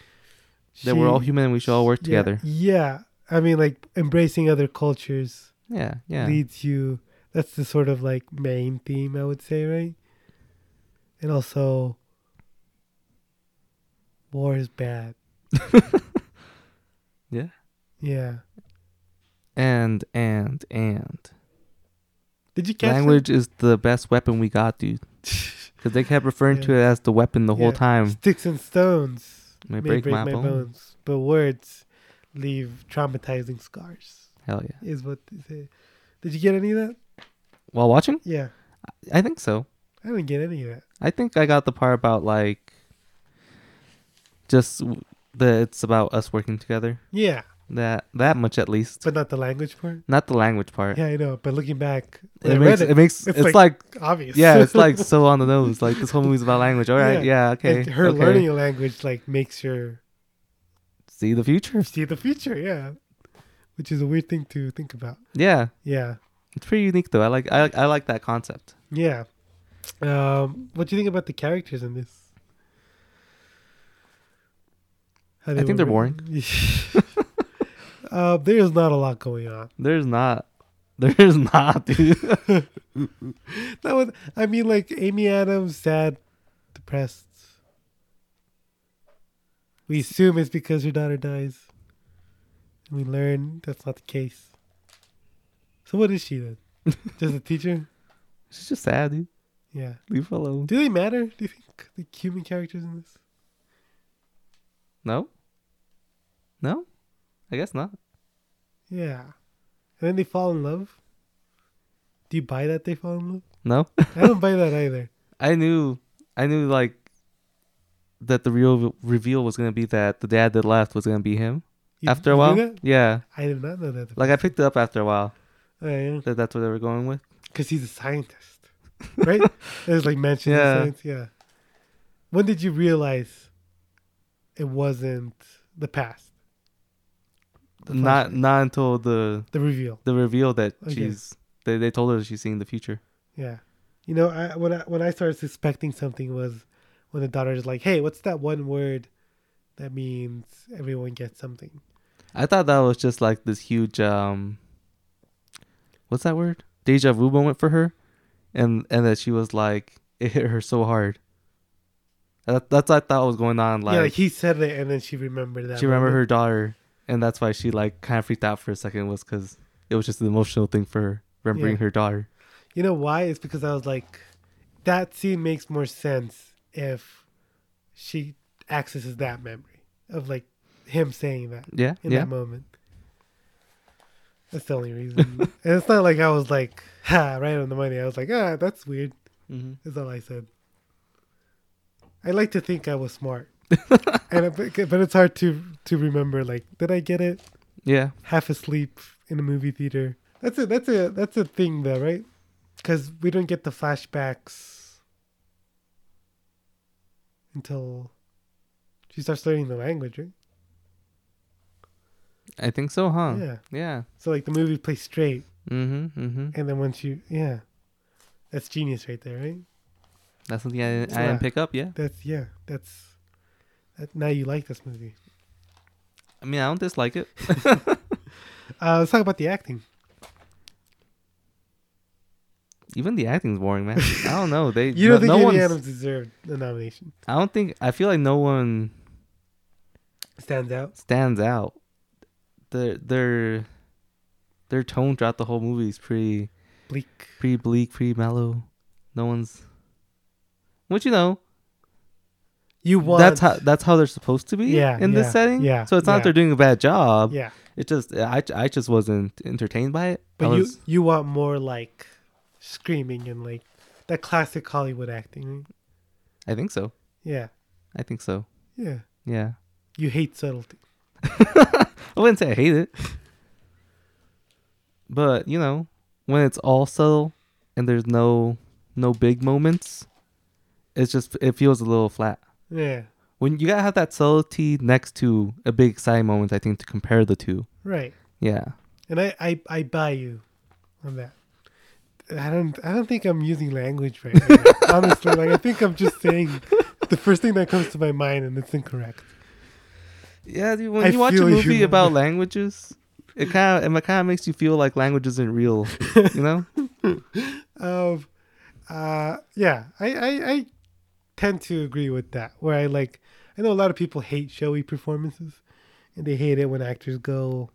[SPEAKER 2] that we're all
[SPEAKER 1] she-
[SPEAKER 2] human and we should all work
[SPEAKER 1] yeah,
[SPEAKER 2] together.
[SPEAKER 1] Yeah, I mean, like embracing other cultures.
[SPEAKER 2] Yeah, yeah.
[SPEAKER 1] leads you that's the sort of like main theme i would say right and also war is bad
[SPEAKER 2] Yeah.
[SPEAKER 1] yeah
[SPEAKER 2] And and and
[SPEAKER 1] did you catch that?
[SPEAKER 2] language is the best weapon we got, dude. Because they kept referring to it as the weapon the whole
[SPEAKER 1] Yeah.
[SPEAKER 2] time.
[SPEAKER 1] sticks and stones
[SPEAKER 2] um, May break, my, bones.
[SPEAKER 1] but words leave traumatizing scars
[SPEAKER 2] Hell yeah.
[SPEAKER 1] is what they say did you get any of that
[SPEAKER 2] While watching,
[SPEAKER 1] yeah
[SPEAKER 2] I think so.
[SPEAKER 1] i didn't get any of that
[SPEAKER 2] I think I got the part about like just w- that it's about us working together.
[SPEAKER 1] yeah
[SPEAKER 2] That that much at least.
[SPEAKER 1] but not the language part
[SPEAKER 2] Not the language part.
[SPEAKER 1] yeah i know but looking back when I
[SPEAKER 2] It
[SPEAKER 1] read
[SPEAKER 2] makes it, makes it's, like,
[SPEAKER 1] obvious
[SPEAKER 2] yeah, it's like so on the nose. Like this whole movie's about language. All right, yeah, okay.
[SPEAKER 1] And her
[SPEAKER 2] okay.
[SPEAKER 1] learning a language like makes her
[SPEAKER 2] see the future.
[SPEAKER 1] see the future, yeah. Which is a weird thing to think about.
[SPEAKER 2] Yeah,
[SPEAKER 1] Yeah.
[SPEAKER 2] it's pretty unique though. I like I, I like that concept.
[SPEAKER 1] Yeah. Um, what do you think about the characters in this? How
[SPEAKER 2] I think they're
[SPEAKER 1] were written? uh, there's not a lot going on.
[SPEAKER 2] There's not. There's not, dude.
[SPEAKER 1] That was, I mean, like Amy Adams, sad, depressed. We assume it's because her daughter dies. And we learn that's not the case. So what is she then? Just a teacher?
[SPEAKER 2] She's just sad, dude.
[SPEAKER 1] Yeah.
[SPEAKER 2] Leave her alone.
[SPEAKER 1] Do they matter? Do you think the human characters in this?
[SPEAKER 2] No. No, I guess not.
[SPEAKER 1] Yeah. And then they fall in love. Do you buy that they fall in love?
[SPEAKER 2] No,
[SPEAKER 1] I don't buy that either.
[SPEAKER 2] I knew. I knew like that the real re- reveal was gonna be that the dad that left was gonna be him.
[SPEAKER 1] You-
[SPEAKER 2] after a
[SPEAKER 1] you
[SPEAKER 2] while,
[SPEAKER 1] knew that?
[SPEAKER 2] yeah.
[SPEAKER 1] I did not know that.
[SPEAKER 2] Like I picked it up after a while
[SPEAKER 1] Because
[SPEAKER 2] that that's what they were going with.
[SPEAKER 1] he's a scientist, right? There's like mention of
[SPEAKER 2] Yeah.
[SPEAKER 1] science. Yeah. When did you realize it wasn't the past? The
[SPEAKER 2] not
[SPEAKER 1] flashback.
[SPEAKER 2] not until the
[SPEAKER 1] the reveal.
[SPEAKER 2] the reveal that
[SPEAKER 1] Okay.
[SPEAKER 2] she's they, they told her she's seeing the future.
[SPEAKER 1] Yeah. You know, I, when I when I started suspecting something was when the daughter is like, "Hey, what's that one word that means everyone gets something?"
[SPEAKER 2] I thought that was just like this huge um what's that word? Deja vu moment for her. And and that she was like it hit her so hard. That, that's what I thought was going on. Like,
[SPEAKER 1] yeah, like he said it, and then she remembered that.
[SPEAKER 2] she remembered
[SPEAKER 1] moment.
[SPEAKER 2] her daughter and that's why she like kinda freaked out for a second was cause it was just an emotional thing for her remembering
[SPEAKER 1] Yeah.
[SPEAKER 2] her daughter.
[SPEAKER 1] You know why? It's because I was like, that scene makes more sense if she accesses that memory of like him saying that
[SPEAKER 2] Yeah.
[SPEAKER 1] in
[SPEAKER 2] yeah.
[SPEAKER 1] that moment. That's the only reason. and it's not like I was like, ha, right on the money. I was like, ah, that's weird.
[SPEAKER 2] Mhm.
[SPEAKER 1] That's all I said. I like to think I was smart, and it- but but it's hard to to remember. Like, did I get it?
[SPEAKER 2] Yeah.
[SPEAKER 1] half asleep in a movie theater. That's a that's a that's a thing though, right? Because we don't get the flashbacks until she starts learning the language, right?
[SPEAKER 2] I think so, huh?
[SPEAKER 1] Yeah.
[SPEAKER 2] Yeah.
[SPEAKER 1] So like the movie plays straight,
[SPEAKER 2] Mm-hmm. Mm-hmm.
[SPEAKER 1] and then once you yeah, that's genius right there, right?
[SPEAKER 2] That's something I, didn't- I
[SPEAKER 1] Yeah.
[SPEAKER 2] didn't pick up, yeah.
[SPEAKER 1] That's yeah, that's that, now you like this movie.
[SPEAKER 2] I mean I don't dislike it.
[SPEAKER 1] Uh, let's talk about the acting.
[SPEAKER 2] Even the acting's boring, man. I don't know. They
[SPEAKER 1] You
[SPEAKER 2] no,
[SPEAKER 1] don't think
[SPEAKER 2] no
[SPEAKER 1] Amy
[SPEAKER 2] one's-
[SPEAKER 1] Adams deserved the nomination?
[SPEAKER 2] I don't think I feel like no one
[SPEAKER 1] Stands out.
[SPEAKER 2] stands out. Their their their tone throughout the whole movie is pretty
[SPEAKER 1] Bleak.
[SPEAKER 2] pretty bleak, pretty mellow. No one's which you know
[SPEAKER 1] You want.
[SPEAKER 2] that's how that's how they're supposed to be
[SPEAKER 1] Yeah,
[SPEAKER 2] in
[SPEAKER 1] yeah,
[SPEAKER 2] this setting.
[SPEAKER 1] yeah,
[SPEAKER 2] So it's not
[SPEAKER 1] yeah.
[SPEAKER 2] that they're doing a bad job.
[SPEAKER 1] Yeah,
[SPEAKER 2] It just I, I just wasn't entertained by it. I
[SPEAKER 1] but
[SPEAKER 2] was-
[SPEAKER 1] you you want more like screaming and like that classic Hollywood acting. right?
[SPEAKER 2] I think so.
[SPEAKER 1] Yeah,
[SPEAKER 2] I think so.
[SPEAKER 1] yeah.
[SPEAKER 2] Yeah.
[SPEAKER 1] You hate subtlety.
[SPEAKER 2] I wouldn't say I hate it. But, you know, when it's all subtle and there's no no big moments, it's just it feels a little flat.
[SPEAKER 1] Yeah,
[SPEAKER 2] When you gotta have that subtlety next to a big exciting moment, I think, to compare the two.
[SPEAKER 1] right.
[SPEAKER 2] Yeah.
[SPEAKER 1] And I I, I buy you on that. I don't I don't think I'm using language right. now. Honestly, like I think I'm just saying the first thing that comes to my mind, and it's incorrect.
[SPEAKER 2] Yeah, dude, when
[SPEAKER 1] I
[SPEAKER 2] you watch a
[SPEAKER 1] feel you.
[SPEAKER 2] movie about languages, it kinda it kinda makes you feel like language isn't real. You know?
[SPEAKER 1] Um, uh, yeah, I, I I tend to agree with that. Where I like, I know a lot of people hate showy performances, and they hate it when actors go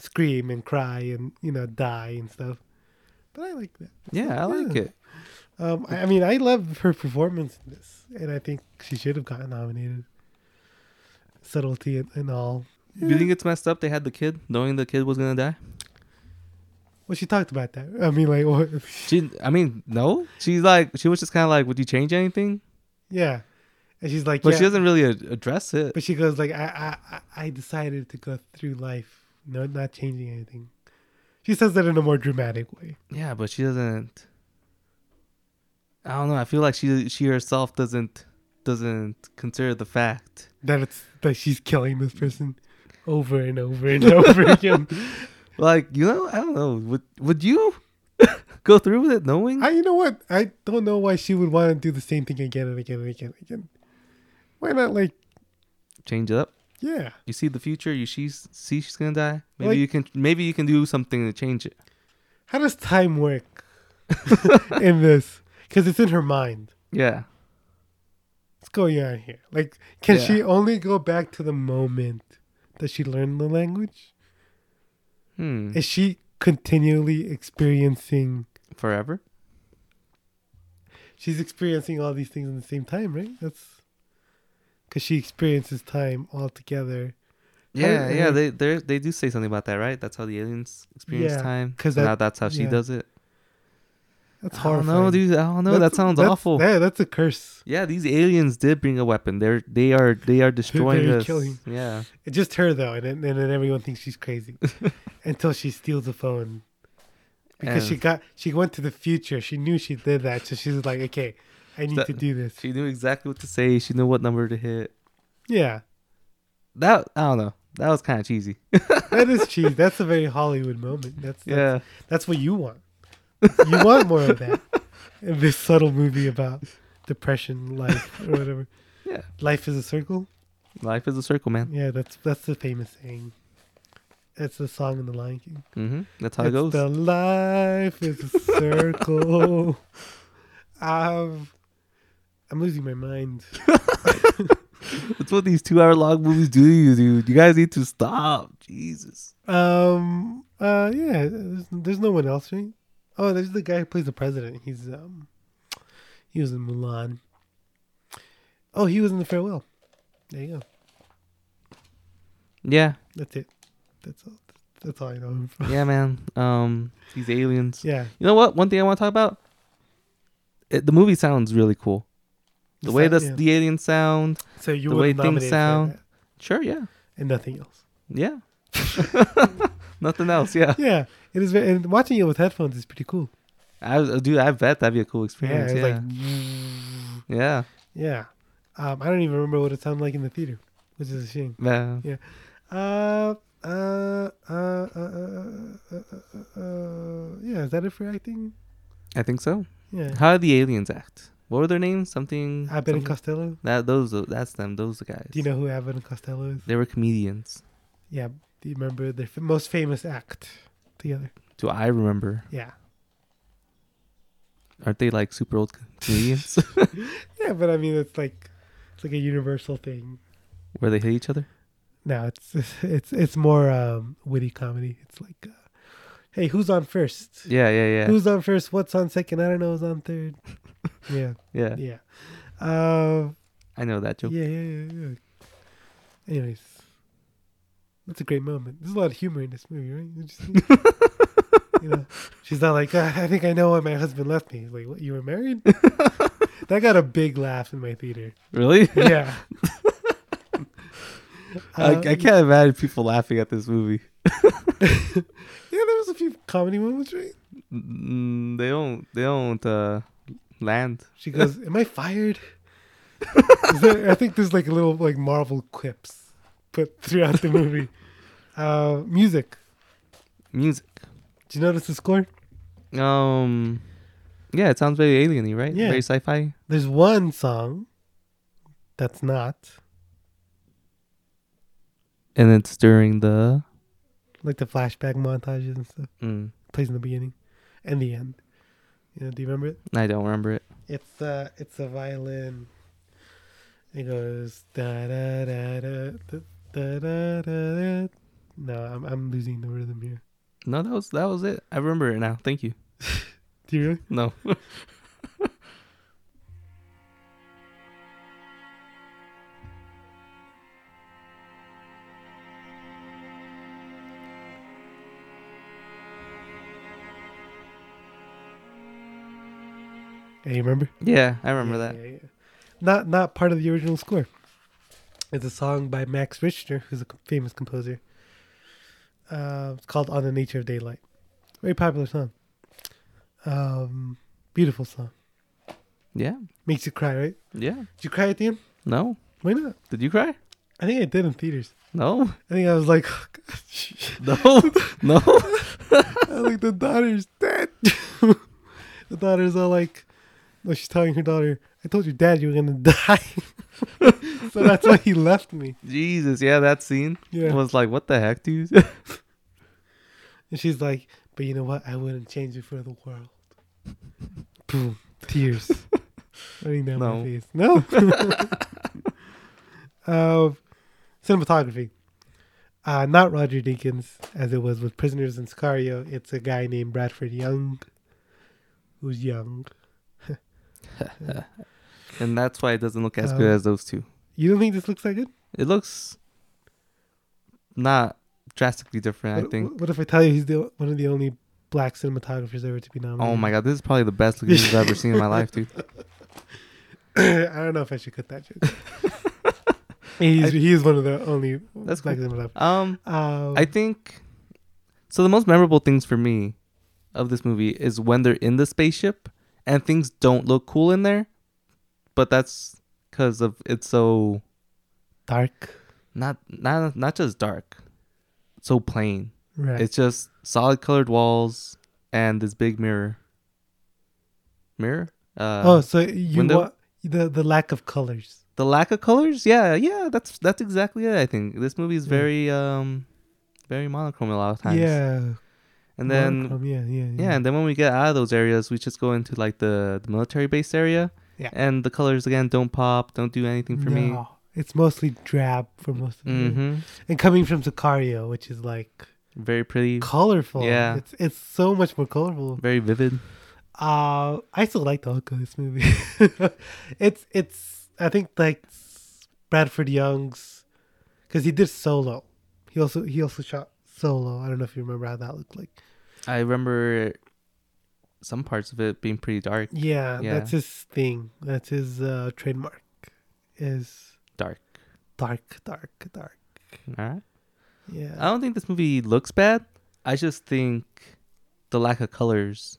[SPEAKER 1] scream and cry and you know die and stuff. But I like that.
[SPEAKER 2] Yeah, I like
[SPEAKER 1] Yeah.
[SPEAKER 2] it.
[SPEAKER 1] Um, I, I mean, I love her performance in this, and I think she should have gotten nominated. Subtlety and, and all.
[SPEAKER 2] Do you think it's messed up they had the kid, knowing the kid was gonna die?
[SPEAKER 1] Well, she talked about that. I mean, like, what,
[SPEAKER 2] She, I mean, no. She's like, she was just kind of like, would you change anything?
[SPEAKER 1] yeah, and she's like,
[SPEAKER 2] But
[SPEAKER 1] yeah.
[SPEAKER 2] she doesn't really ad- address it.
[SPEAKER 1] But she goes like, I, I, I- I decided to go through life, no, not changing anything. She says that in a more dramatic way.
[SPEAKER 2] Yeah, but she doesn't. I don't know. I feel like she, she herself doesn't, doesn't consider the fact.
[SPEAKER 1] That it's that she's killing this person over and over and over again.
[SPEAKER 2] Like, you know, I don't know. Would, would you go through with it knowing?
[SPEAKER 1] I, you know what? I don't know why she would want to do the same thing again and again and again and again. Why not like,
[SPEAKER 2] change it up.
[SPEAKER 1] yeah,
[SPEAKER 2] You see the future. You she see she's gonna die. Maybe
[SPEAKER 1] Like-
[SPEAKER 2] you can, maybe you can do something to change it.
[SPEAKER 1] how does time work in this? Because it's in her mind.
[SPEAKER 2] Yeah.
[SPEAKER 1] What's going on here? Like, can
[SPEAKER 2] Yeah.
[SPEAKER 1] she only go back to the moment that she learned the language?
[SPEAKER 2] Hmm.
[SPEAKER 1] is she continually experiencing
[SPEAKER 2] Forever.
[SPEAKER 1] she's experiencing all these things in the same time right that's because she experiences time all together
[SPEAKER 2] Yeah,
[SPEAKER 1] did-
[SPEAKER 2] yeah, they they they do say something about that, right? That's how the aliens experience
[SPEAKER 1] Yeah,
[SPEAKER 2] time.
[SPEAKER 1] 'cause
[SPEAKER 2] Because
[SPEAKER 1] that-
[SPEAKER 2] now that's how she
[SPEAKER 1] yeah.
[SPEAKER 2] does it.
[SPEAKER 1] that's
[SPEAKER 2] I don't
[SPEAKER 1] horrifying
[SPEAKER 2] know, dude. I don't know. that sounds
[SPEAKER 1] that's-
[SPEAKER 2] awful.
[SPEAKER 1] yeah that's a curse
[SPEAKER 2] yeah, these aliens did bring a weapon. They're they are they are destroying
[SPEAKER 1] very
[SPEAKER 2] us.
[SPEAKER 1] killing.
[SPEAKER 2] Yeah,
[SPEAKER 1] it's just her though and then, and then everyone thinks she's crazy until she steals the phone because she
[SPEAKER 2] And-
[SPEAKER 1] got she went to the future she knew she did that so she's like okay i need
[SPEAKER 2] That-
[SPEAKER 1] to do this
[SPEAKER 2] she knew exactly what to say. She knew what number to hit.
[SPEAKER 1] yeah
[SPEAKER 2] That I don't know. That was kind of cheesy.
[SPEAKER 1] that is cheese that's a very hollywood moment that's that's
[SPEAKER 2] yeah,
[SPEAKER 1] That's what you want. You want more of that. In this subtle movie about depression, life, or whatever.
[SPEAKER 2] Yeah.
[SPEAKER 1] Life is a circle.
[SPEAKER 2] life is a circle, man.
[SPEAKER 1] Yeah, that's that's the famous saying. That's the song in The Lion King.
[SPEAKER 2] hmm That's how it
[SPEAKER 1] It's
[SPEAKER 2] goes.
[SPEAKER 1] The life is a circle. I'm, I'm losing my mind.
[SPEAKER 2] That's what these two-hour-long movies do to you, dude. You guys need to stop. Jesus.
[SPEAKER 1] Um. Uh. Yeah. There's, there's no one else, right? Oh, there's the guy who plays the president. He's um. He was in Mulan. Oh, he was in the farewell. There you go.
[SPEAKER 2] Yeah,
[SPEAKER 1] That's it. That's all. That's all I know him from.
[SPEAKER 2] yeah, man. Um, these aliens.
[SPEAKER 1] Yeah.
[SPEAKER 2] You know what? One thing I want to talk about. It, the movie sounds really cool. The, way
[SPEAKER 1] sound-
[SPEAKER 2] that
[SPEAKER 1] yeah.
[SPEAKER 2] the aliens sound.
[SPEAKER 1] So you
[SPEAKER 2] the
[SPEAKER 1] would
[SPEAKER 2] way
[SPEAKER 1] way
[SPEAKER 2] things
[SPEAKER 1] things
[SPEAKER 2] sound- Sure, yeah,
[SPEAKER 1] and nothing else.
[SPEAKER 2] yeah. Nothing else, yeah.
[SPEAKER 1] Yeah. It is. ve- And watching it with headphones is pretty cool.
[SPEAKER 2] I was- dude, I bet that'd be a cool
[SPEAKER 1] Yeah.
[SPEAKER 2] experience.
[SPEAKER 1] It's
[SPEAKER 2] Yeah,
[SPEAKER 1] like.
[SPEAKER 2] yeah.
[SPEAKER 1] Yeah. Um. I don't even remember what it sounded like in the theater, which is a shame.
[SPEAKER 2] Man.
[SPEAKER 1] Uh, uh, uh, uh, uh, uh, uh, uh, yeah, is that it for acting?
[SPEAKER 2] I think so.
[SPEAKER 1] Yeah.
[SPEAKER 2] How did the aliens act? What were their names? Something.
[SPEAKER 1] Abbott and
[SPEAKER 2] something-
[SPEAKER 1] Costello.
[SPEAKER 2] That those that's them. Those are the guys.
[SPEAKER 1] Do you know who Abbott and Costello is?
[SPEAKER 2] They were comedians.
[SPEAKER 1] Yeah. Do you remember their f- most famous act together?
[SPEAKER 2] Do I remember?
[SPEAKER 1] Yeah.
[SPEAKER 2] Aren't they like super old comedians
[SPEAKER 1] Yeah, but I mean, it's like it's like a universal thing.
[SPEAKER 2] where they hate each other?
[SPEAKER 1] No, it's it's it's more um, witty comedy. It's like, uh, hey, who's on first?
[SPEAKER 2] Yeah, yeah, yeah,
[SPEAKER 1] Who's on first? What's on second? I don't know. Who's on third? Yeah,
[SPEAKER 2] yeah.
[SPEAKER 1] yeah. Um,
[SPEAKER 2] I know that joke.
[SPEAKER 1] yeah, yeah, yeah, yeah. Anyways, that's a great moment. There's a lot of humor in this movie, right? You just- you know, she's not like, "Ah, I think I know why my husband left me. He's like, what, you were married? that got a big laugh in my theater.
[SPEAKER 2] Really?
[SPEAKER 1] Yeah.
[SPEAKER 2] I,
[SPEAKER 1] Uh,
[SPEAKER 2] I can't imagine people laughing at this movie.
[SPEAKER 1] Yeah, there was a few comedy moments, right?
[SPEAKER 2] Mm, they don't. They don't uh, land.
[SPEAKER 1] She goes, "Am I fired?" Is there- I think there's like little like Marvel quips put throughout the movie. Uh, music.
[SPEAKER 2] Music.
[SPEAKER 1] Did you notice the score?
[SPEAKER 2] Um. Yeah, it sounds very alieny, right?
[SPEAKER 1] Yeah.
[SPEAKER 2] Very sci-fi.
[SPEAKER 1] There's one song that's not
[SPEAKER 2] And it's during the.
[SPEAKER 1] like the flashback montages and stuff
[SPEAKER 2] Mm,
[SPEAKER 1] plays in the beginning and the end. You know, do you remember it?
[SPEAKER 2] I don't remember it.
[SPEAKER 1] It's uh, it's a violin. It goes da da da da da da da da. da. No, I'm I'm losing the rhythm here.
[SPEAKER 2] No, that was that was it. I remember it now. Thank you.
[SPEAKER 1] Do you really?
[SPEAKER 2] No.
[SPEAKER 1] Yeah, you remember?
[SPEAKER 2] yeah, I remember that.
[SPEAKER 1] Yeah, yeah. Not not part of the original score. It's a song by Max Richter, who's a c- famous composer. Uh, it's called "On the Nature of Daylight." Very popular song. Um, beautiful song.
[SPEAKER 2] Yeah.
[SPEAKER 1] Makes you cry, right?
[SPEAKER 2] Yeah.
[SPEAKER 1] Did you cry at the end?
[SPEAKER 2] No.
[SPEAKER 1] Why not?
[SPEAKER 2] Did you cry?
[SPEAKER 1] I think I did in theaters.
[SPEAKER 2] No.
[SPEAKER 1] I think I was like, oh,
[SPEAKER 2] No. no.
[SPEAKER 1] I was like the daughter's dead. the daughter's all like, no, she's telling her daughter, "I told your dad you were gonna die." so that's why he left me.
[SPEAKER 2] Jesus. Yeah, that scene
[SPEAKER 1] Yeah.
[SPEAKER 2] was like, what the heck, dude?
[SPEAKER 1] And she's like, but you know what? I wouldn't change it for the world. Boom. Tears. running down my
[SPEAKER 2] No.
[SPEAKER 1] face. No. uh, cinematography. Uh, not Roger Deakins, as it was with Prisoners and Sicario. It's a guy named Bradford Young, who's young.
[SPEAKER 2] and that's why it doesn't look as
[SPEAKER 1] Um,
[SPEAKER 2] good as those two.
[SPEAKER 1] You don't think this looks that good?
[SPEAKER 2] It looks not drastically different. I
[SPEAKER 1] What-
[SPEAKER 2] think.
[SPEAKER 1] What if I tell you he's the one of the only black cinematographers ever to be nominated?
[SPEAKER 2] Oh my god, this is probably the best looking I've ever seen in my life, dude.
[SPEAKER 1] I don't know if I should cut that joke. he's he's one of the only
[SPEAKER 2] That's
[SPEAKER 1] black
[SPEAKER 2] cool.
[SPEAKER 1] cinematographers.
[SPEAKER 2] Um,
[SPEAKER 1] Um,
[SPEAKER 2] I think so. The most memorable things for me of this movie is when they're in the spaceship and things don't look cool in there, but that's because of it's so
[SPEAKER 1] dark.
[SPEAKER 2] not not not just dark, so plain.
[SPEAKER 1] Right.
[SPEAKER 2] It's just solid colored walls and this big mirror. Mirror? Uh,
[SPEAKER 1] oh, so you
[SPEAKER 2] window?
[SPEAKER 1] want the the lack of colors.
[SPEAKER 2] the lack of colors yeah yeah that's that's exactly it i think this movie is
[SPEAKER 1] Yeah.
[SPEAKER 2] very um very monochrome a lot of times
[SPEAKER 1] Yeah.
[SPEAKER 2] and then
[SPEAKER 1] monochrome, yeah, yeah,
[SPEAKER 2] yeah and then when we get out of those areas we just go into like the, the military base area
[SPEAKER 1] Yeah.
[SPEAKER 2] and the colors again don't pop don't do anything for me
[SPEAKER 1] No, it's mostly drab for most of it.
[SPEAKER 2] hmm
[SPEAKER 1] And coming from Sicario, which is like
[SPEAKER 2] very pretty
[SPEAKER 1] colorful.
[SPEAKER 2] Yeah.
[SPEAKER 1] It's it's so much more colorful.
[SPEAKER 2] very vivid
[SPEAKER 1] Uh, I still like the look of this movie. it's it's I think like Bradford Young's because he did Solo. He also he also shot Solo. I don't know if you remember how that looked like.
[SPEAKER 2] i remember some parts of it being pretty dark
[SPEAKER 1] Yeah,
[SPEAKER 2] Yeah.
[SPEAKER 1] that's his thing. That's his uh, trademark. Is
[SPEAKER 2] dark
[SPEAKER 1] dark, dark, dark.
[SPEAKER 2] all right
[SPEAKER 1] Yeah,
[SPEAKER 2] I don't think this movie looks bad. I just think the lack of colors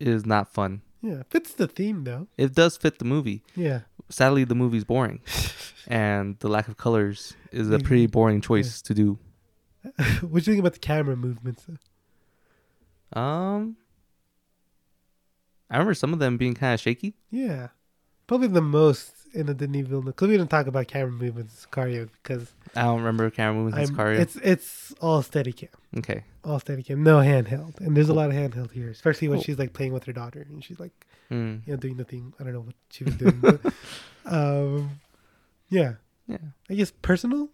[SPEAKER 2] is not fun.
[SPEAKER 1] yeah. Fits the theme though.
[SPEAKER 2] It does fit the movie.
[SPEAKER 1] Yeah,
[SPEAKER 2] Sadly, the movie's boring, and the lack of colors is a
[SPEAKER 1] Mhm.
[SPEAKER 2] pretty boring choice to do.
[SPEAKER 1] what do you think about the camera movements?
[SPEAKER 2] Um, I remember some of them being kind of shaky.
[SPEAKER 1] Yeah, probably the most in a Denis Villeneuve. Because we didn't talk about camera movements, in Sicario, because
[SPEAKER 2] I don't remember camera movements
[SPEAKER 1] I'm-
[SPEAKER 2] in Sicario.
[SPEAKER 1] it's it's all steady cam,
[SPEAKER 2] okay.
[SPEAKER 1] all steady cam, no handheld. And there's a lot of handheld here, especially when
[SPEAKER 2] Cool.
[SPEAKER 1] she's like playing with her daughter and she's like
[SPEAKER 2] Mm.
[SPEAKER 1] you know doing the thing. I don't know what she was doing. but, um, yeah,
[SPEAKER 2] Yeah.
[SPEAKER 1] I guess personal.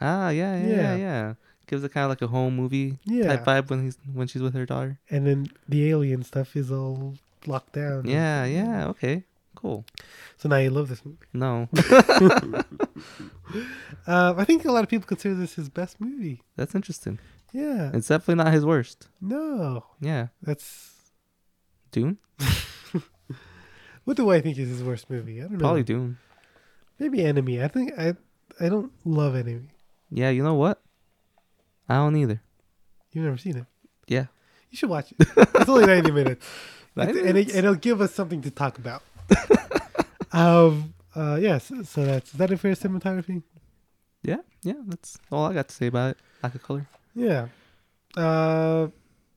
[SPEAKER 2] Ah, yeah, yeah, yeah,
[SPEAKER 1] Yeah.
[SPEAKER 2] yeah. Gives it kind of like a home movie
[SPEAKER 1] Yeah.
[SPEAKER 2] type vibe when he's when she's with her daughter.
[SPEAKER 1] And then the alien stuff is all locked down.
[SPEAKER 2] Yeah, yeah. Okay, cool.
[SPEAKER 1] So now you love this movie.
[SPEAKER 2] No,
[SPEAKER 1] Uh, I think a lot of people consider this his best movie.
[SPEAKER 2] that's interesting.
[SPEAKER 1] Yeah.
[SPEAKER 2] It's definitely not his worst.
[SPEAKER 1] No,
[SPEAKER 2] Yeah,
[SPEAKER 1] that's
[SPEAKER 2] Dune.
[SPEAKER 1] what do I think is his worst movie? I don't know.
[SPEAKER 2] Probably Dune.
[SPEAKER 1] Maybe Enemy. I think I I don't love Enemy.
[SPEAKER 2] Yeah, you know what? I don't either.
[SPEAKER 1] You've never seen it.
[SPEAKER 2] Yeah.
[SPEAKER 1] You should watch it. It's only ninety minutes,
[SPEAKER 2] Ninety
[SPEAKER 1] It's- and it,
[SPEAKER 2] minutes?
[SPEAKER 1] it'll give us something to talk about. um. Uh. Yes. Yeah, so, so that's is that a fair cinematography?
[SPEAKER 2] Yeah, yeah. That's all I got to say about it. Lack of color.
[SPEAKER 1] Yeah. Uh,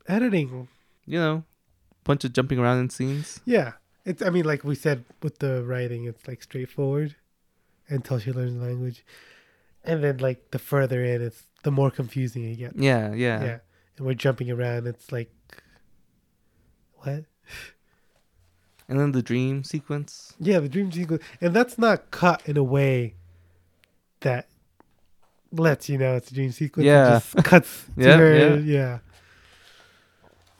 [SPEAKER 1] editing.
[SPEAKER 2] You know, bunch of jumping around in scenes.
[SPEAKER 1] Yeah. It's. I mean, like we said with the writing, it's like straightforward until she learns the language, and then like the further in, it's the more confusing it gets.
[SPEAKER 2] Yeah, yeah.
[SPEAKER 1] yeah and we're jumping around it's like what
[SPEAKER 2] And then the dream sequence.
[SPEAKER 1] yeah the dream sequence and that's not cut in a way that lets you know it's a dream sequence
[SPEAKER 2] Yeah.
[SPEAKER 1] it just cuts to
[SPEAKER 2] Yeah,
[SPEAKER 1] her, yeah
[SPEAKER 2] yeah.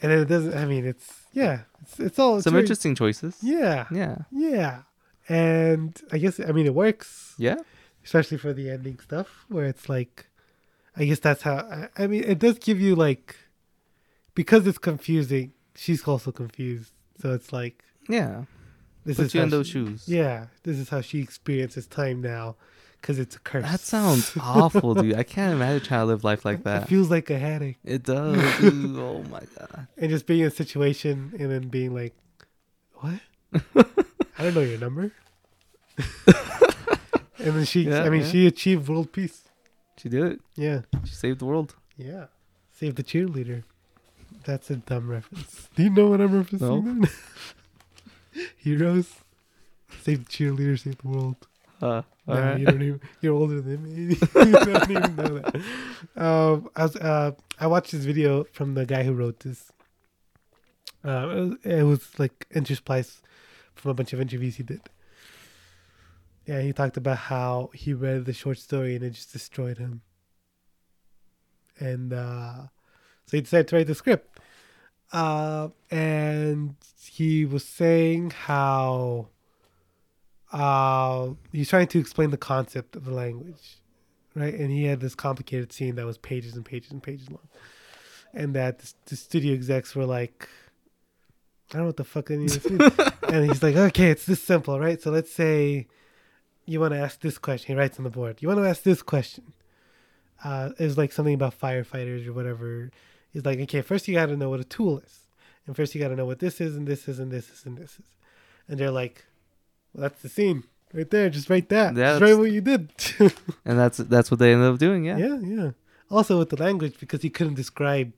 [SPEAKER 1] and then it doesn't i mean it's yeah it's, it's all it's
[SPEAKER 2] Some
[SPEAKER 1] very-
[SPEAKER 2] interesting choices.
[SPEAKER 1] Oh, yeah
[SPEAKER 2] Yeah.
[SPEAKER 1] yeah and i guess i mean it works
[SPEAKER 2] Yeah.
[SPEAKER 1] especially for the ending stuff where it's like i guess that's how I, I mean it does give you like because it's confusing she's also confused so it's like
[SPEAKER 2] Yeah.
[SPEAKER 1] this
[SPEAKER 2] Put
[SPEAKER 1] is
[SPEAKER 2] you
[SPEAKER 1] how
[SPEAKER 2] in those
[SPEAKER 1] she-
[SPEAKER 2] shoes.
[SPEAKER 1] yeah this is how she experiences time now because it's a curse
[SPEAKER 2] That sounds awful, dude. I can't imagine trying to live life like
[SPEAKER 1] it
[SPEAKER 2] that.
[SPEAKER 1] feels like a headache
[SPEAKER 2] It does. dude. Oh my god.
[SPEAKER 1] and just being in a situation and then being like what i don't know your number and then she
[SPEAKER 2] Yeah,
[SPEAKER 1] i mean
[SPEAKER 2] yeah.
[SPEAKER 1] she achieved world peace
[SPEAKER 2] She did it.
[SPEAKER 1] yeah
[SPEAKER 2] She saved the world.
[SPEAKER 1] Yeah. Save the cheerleader. That's a dumb reference. Do you know what I'm referencing?
[SPEAKER 2] No.
[SPEAKER 1] then? Heroes. Save the cheerleader, save the world.
[SPEAKER 2] Uh,
[SPEAKER 1] No,
[SPEAKER 2] all right.
[SPEAKER 1] you don't even, you're older than me. you don't even know that. Um, I, was, uh, I watched this video from the guy who wrote this. Uh, it, was, it was like interspliced from a bunch of interviews he did. Yeah, he talked about how he read the short story and it just destroyed him. And uh, so he decided to write the script. Uh, and he was saying how uh, he's trying to explain the concept of the language, right? And he had this complicated scene that was pages and pages and pages long, and that the, the studio execs were like, "I don't know what the fuck I need to do," and he's like, "Okay, it's this simple, right? So let's say you want to ask this question." He writes on the board, "You want to ask this question." Uh, it was like something about firefighters or whatever. He's like, "Okay, first you got to know what a tool is, and first you got to know what this is, and this is, and this is, and this is," and they're like. Well, that's the scene right there. Just write that.
[SPEAKER 2] Yeah,
[SPEAKER 1] just write
[SPEAKER 2] that's-
[SPEAKER 1] what you did.
[SPEAKER 2] And that's that's what they ended up doing. Yeah.
[SPEAKER 1] yeah, yeah. Also with the language because he couldn't describe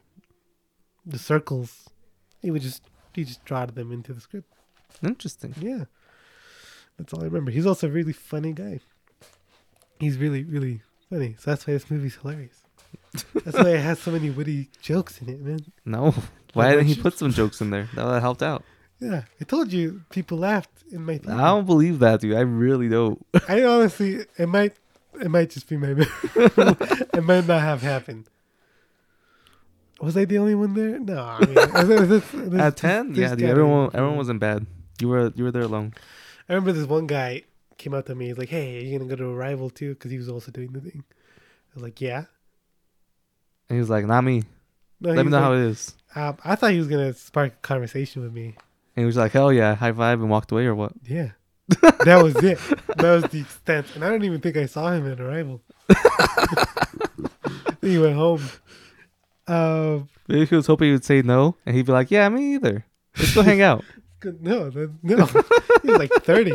[SPEAKER 1] the circles, he would just he just draw them into the script.
[SPEAKER 2] Interesting.
[SPEAKER 1] Yeah, that's all I remember. He's also a really funny guy. He's really really funny. So that's why this movie's hilarious. That's why it has so many witty jokes in it, man.
[SPEAKER 2] No. Why didn't he
[SPEAKER 1] much?
[SPEAKER 2] put some jokes in there? That would have helped out.
[SPEAKER 1] Yeah, I told you people laughed in my theater.
[SPEAKER 2] I don't believe that, dude. I really don't.
[SPEAKER 1] I honestly, it might, it might just be my, memory. it might not have happened. Was I the only one there? No, I mean, is there- is this- this-
[SPEAKER 2] At ten,
[SPEAKER 1] this
[SPEAKER 2] yeah, dude.
[SPEAKER 1] guy-
[SPEAKER 2] Everyone, everyone was in bed. You were, you were there alone.
[SPEAKER 1] I remember this one guy came up to me. He's like, "Hey, are you gonna go to Arrival too?" Because he was also doing the thing. I was like, "Yeah."
[SPEAKER 2] And he was like, "Not me.
[SPEAKER 1] No,
[SPEAKER 2] Let me know how it is."
[SPEAKER 1] how. um, I thought he was gonna spark a conversation with me.
[SPEAKER 2] And he was like, "Hell yeah!" High five and walked away or what?
[SPEAKER 1] Yeah, that was it. That was the extent, and I don't even think I saw him at Arrival. then he went home. Um,
[SPEAKER 2] Maybe he was hoping he would say no, and he'd be like, "Yeah, me either. Let's go hang out."
[SPEAKER 1] Good- No, that, no. he was like 30.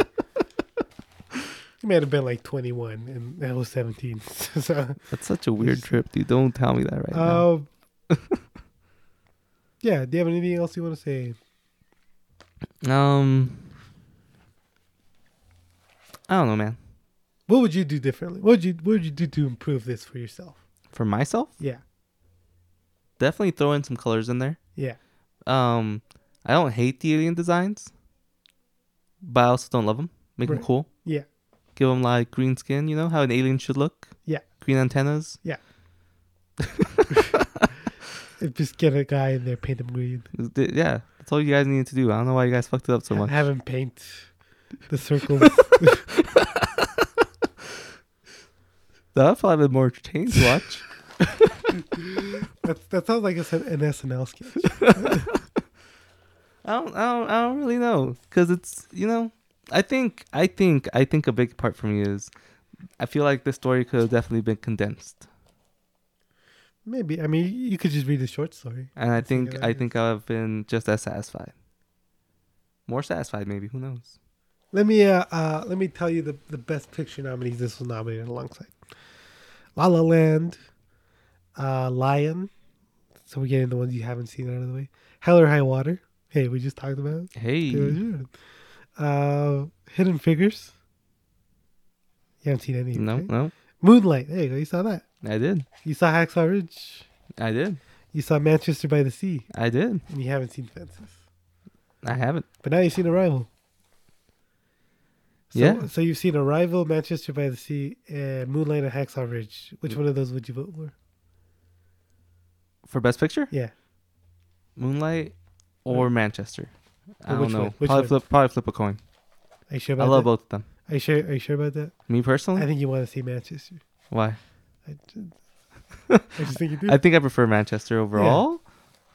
[SPEAKER 1] He might have been like 21, and I was 17. so,
[SPEAKER 2] That's such a weird trip, dude. Don't tell me that right now.
[SPEAKER 1] um, yeah, do you have anything else you want Oh. to say?
[SPEAKER 2] Um, I don't know, man.
[SPEAKER 1] What would you do differently? What would you What would you do to improve this for yourself?
[SPEAKER 2] For myself,
[SPEAKER 1] Yeah,
[SPEAKER 2] definitely throw in some colors in there.
[SPEAKER 1] yeah.
[SPEAKER 2] Um, I don't hate the alien designs, but I also don't love them. Make
[SPEAKER 1] Right.
[SPEAKER 2] them cool.
[SPEAKER 1] Yeah,
[SPEAKER 2] Give them like green skin. You know how an alien should look.
[SPEAKER 1] yeah,
[SPEAKER 2] Green antennas.
[SPEAKER 1] yeah. Just get a guy in there, paint him green.
[SPEAKER 2] Th- Yeah, that's all you guys needed to do. I don't know why you guys fucked it up so much.
[SPEAKER 1] Have him paint the circles.
[SPEAKER 2] That'd probably be more entertaining to watch.
[SPEAKER 1] that, that sounds like it's an, an SNL sketch.
[SPEAKER 2] I don't, I don't, I don't really know, cause it's you know, I think, I think, I think a big part for me is, I feel like this story could have definitely been condensed,
[SPEAKER 1] Maybe. I mean, you could just read the short story.
[SPEAKER 2] and I
[SPEAKER 1] That's a
[SPEAKER 2] think,
[SPEAKER 1] good
[SPEAKER 2] I
[SPEAKER 1] idea.
[SPEAKER 2] think I would have been just as satisfied, more satisfied maybe. Who knows?
[SPEAKER 1] Let me uh, uh let me tell you the, the best picture nominees this was nominated alongside. La La Land, uh, Lion. So we're getting the ones you haven't seen out of the way. Hell or High Water. Hey, we just talked about it.
[SPEAKER 2] Hey,
[SPEAKER 1] Uh, Hidden Figures. You haven't seen any.
[SPEAKER 2] no,
[SPEAKER 1] right?
[SPEAKER 2] no,
[SPEAKER 1] Moonlight. There you go. You saw that.
[SPEAKER 2] I did,
[SPEAKER 1] You saw Hacksaw Ridge.
[SPEAKER 2] I did,
[SPEAKER 1] You saw Manchester by the Sea,
[SPEAKER 2] I did,
[SPEAKER 1] and you haven't seen Fences.
[SPEAKER 2] I haven't.
[SPEAKER 1] But now you've seen Arrival. So,
[SPEAKER 2] Yeah.
[SPEAKER 1] So you've seen Arrival, Manchester by the Sea, uh, Moonlight, and Hacksaw Ridge. Which one of those would you vote for?
[SPEAKER 2] For best picture,
[SPEAKER 1] Yeah.
[SPEAKER 2] Moonlight or Manchester. I
[SPEAKER 1] Or
[SPEAKER 2] don't
[SPEAKER 1] which
[SPEAKER 2] know.
[SPEAKER 1] one? Which
[SPEAKER 2] Probably
[SPEAKER 1] one?
[SPEAKER 2] flip, probably flip a coin.
[SPEAKER 1] Are you sure
[SPEAKER 2] I
[SPEAKER 1] about
[SPEAKER 2] love
[SPEAKER 1] that?
[SPEAKER 2] both of them.
[SPEAKER 1] Are you sure? Are you sure about that?
[SPEAKER 2] Me
[SPEAKER 1] I
[SPEAKER 2] personally,
[SPEAKER 1] think you want to see Manchester.
[SPEAKER 2] why?
[SPEAKER 1] I just, I just think you do.
[SPEAKER 2] I think I prefer Manchester overall,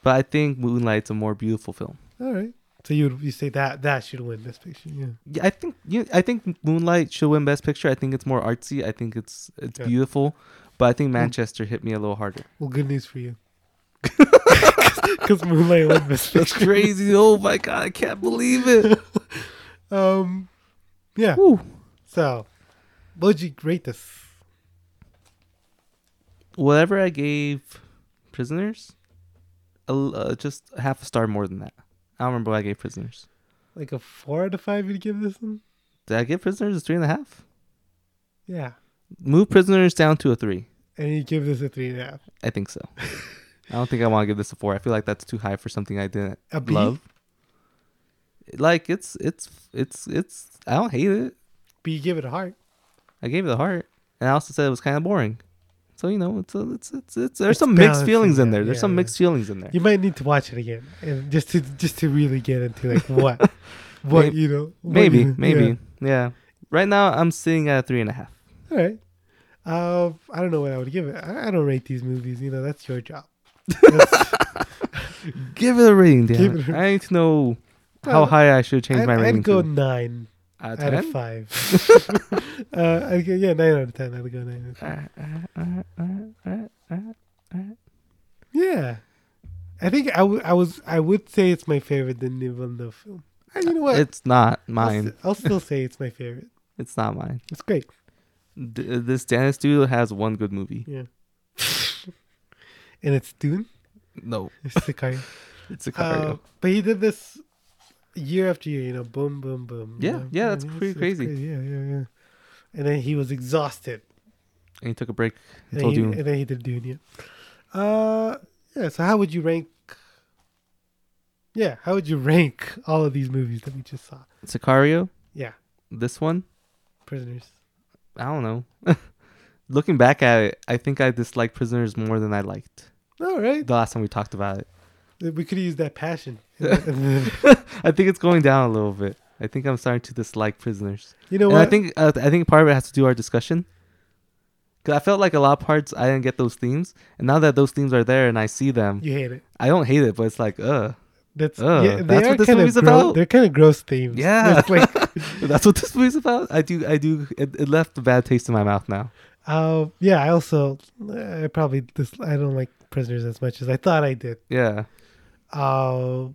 [SPEAKER 2] but I think Moonlight's a more beautiful film.
[SPEAKER 1] All right. So you would you say that that should win this picture? Yeah.
[SPEAKER 2] Yeah, I think yeah, I think Moonlight should win Best Picture. I think it's more artsy. I think it's it's
[SPEAKER 1] Yeah.
[SPEAKER 2] beautiful, but I think Manchester hit me a little harder.
[SPEAKER 1] Well, good news for you. Because Moonlight won this
[SPEAKER 2] That's
[SPEAKER 1] picture.
[SPEAKER 2] crazy! oh my god, I can't believe it.
[SPEAKER 1] Um, yeah.
[SPEAKER 2] Woo.
[SPEAKER 1] So, what would you rate this?
[SPEAKER 2] Whatever I gave Prisoners, a l uh, just half a star more than that. I don't remember what I gave Prisoners.
[SPEAKER 1] Like a four out of five? You'd give this one?
[SPEAKER 2] Did I give Prisoners a three and a half?
[SPEAKER 1] Yeah.
[SPEAKER 2] Move Prisoners down to a three.
[SPEAKER 1] And you give this a three and a half.
[SPEAKER 2] I think so. I don't think I want to give this a four. I feel like that's too high for something I didn't
[SPEAKER 1] A B?
[SPEAKER 2] love. Like it's it's it's it's. I don't hate it.
[SPEAKER 1] But you give it a heart.
[SPEAKER 2] I gave it a heart, and I also said it was kind of boring. So you know, it's a, it's it's it's. There's some mixed
[SPEAKER 1] balancing,
[SPEAKER 2] feelings in
[SPEAKER 1] yeah,
[SPEAKER 2] there. There's
[SPEAKER 1] yeah,
[SPEAKER 2] some
[SPEAKER 1] yeah.
[SPEAKER 2] mixed feelings in there.
[SPEAKER 1] You might need to watch it again, and just to just to really get into like what, what
[SPEAKER 2] Maybe-
[SPEAKER 1] you know. what
[SPEAKER 2] maybe
[SPEAKER 1] you-
[SPEAKER 2] maybe yeah. Right now I'm sitting at a three and a half.
[SPEAKER 1] yeah. All right. Uh, I don't know what I would give it. I, I don't rate these movies. You know, that's your job. That's-
[SPEAKER 2] Give it a rating, damn
[SPEAKER 1] Give
[SPEAKER 2] it.
[SPEAKER 1] it a-
[SPEAKER 2] I need to know how
[SPEAKER 1] Well,
[SPEAKER 2] high I should change
[SPEAKER 1] I'd,
[SPEAKER 2] my rating.
[SPEAKER 1] I'd go
[SPEAKER 2] to.
[SPEAKER 1] nine
[SPEAKER 2] Out of
[SPEAKER 1] out of
[SPEAKER 2] 10?
[SPEAKER 1] five. uh, I'd go, yeah, nine out of ten. I'd go nine. Out of 10. Yeah, I think I would. I was. I would say it's my favorite the Villeneuve film. And you know what?
[SPEAKER 2] It's not
[SPEAKER 1] I'll
[SPEAKER 2] mine.
[SPEAKER 1] st- I'll still say it's my favorite.
[SPEAKER 2] It's not mine.
[SPEAKER 1] It's great.
[SPEAKER 2] D- this Dennis dude has one good movie.
[SPEAKER 1] Yeah. and it's Dune.
[SPEAKER 2] No,
[SPEAKER 1] It's Sicario.
[SPEAKER 2] it's a cardio.
[SPEAKER 1] uh, but he did this year after year, you know, boom, boom, boom. you
[SPEAKER 2] Yeah,
[SPEAKER 1] know?
[SPEAKER 2] yeah, that's
[SPEAKER 1] it's-
[SPEAKER 2] pretty
[SPEAKER 1] it's
[SPEAKER 2] crazy.
[SPEAKER 1] Yeah, yeah, yeah. And then he was exhausted.
[SPEAKER 2] and he took a break
[SPEAKER 1] And,
[SPEAKER 2] until
[SPEAKER 1] he,
[SPEAKER 2] Dune.
[SPEAKER 1] and then he did Dune, yeah. Uh, yeah, so how would you rank? Yeah, how would you rank all of these movies that we just saw?
[SPEAKER 2] Sicario,
[SPEAKER 1] Yeah,
[SPEAKER 2] this one,
[SPEAKER 1] Prisoners.
[SPEAKER 2] I don't know. Looking back at it, I think I disliked Prisoners more than I liked
[SPEAKER 1] All right.
[SPEAKER 2] the last time we talked about it.
[SPEAKER 1] We could use that passion. you
[SPEAKER 2] I think it's going down a little bit. I think I'm starting to dislike Prisoners.
[SPEAKER 1] know
[SPEAKER 2] And
[SPEAKER 1] what?
[SPEAKER 2] I think uh, I think part of it has to do with our discussion. Cause I felt like a lot of parts I didn't get those themes, and now that those themes are there and I see them,
[SPEAKER 1] you hate it.
[SPEAKER 2] I don't hate it, but it's like, uh,
[SPEAKER 1] That's
[SPEAKER 2] Ugh,
[SPEAKER 1] yeah. They
[SPEAKER 2] that's
[SPEAKER 1] are
[SPEAKER 2] what this
[SPEAKER 1] kind
[SPEAKER 2] movie's
[SPEAKER 1] of gro-
[SPEAKER 2] about?
[SPEAKER 1] They're kind of gross themes.
[SPEAKER 2] Yeah.
[SPEAKER 1] It's like,
[SPEAKER 2] that's what this movie's about. I do, I do. It, it left a bad taste in my mouth now.
[SPEAKER 1] uh, yeah. I also, I probably this. I don't like prisoners as much as I thought I did.
[SPEAKER 2] Yeah,
[SPEAKER 1] Uh,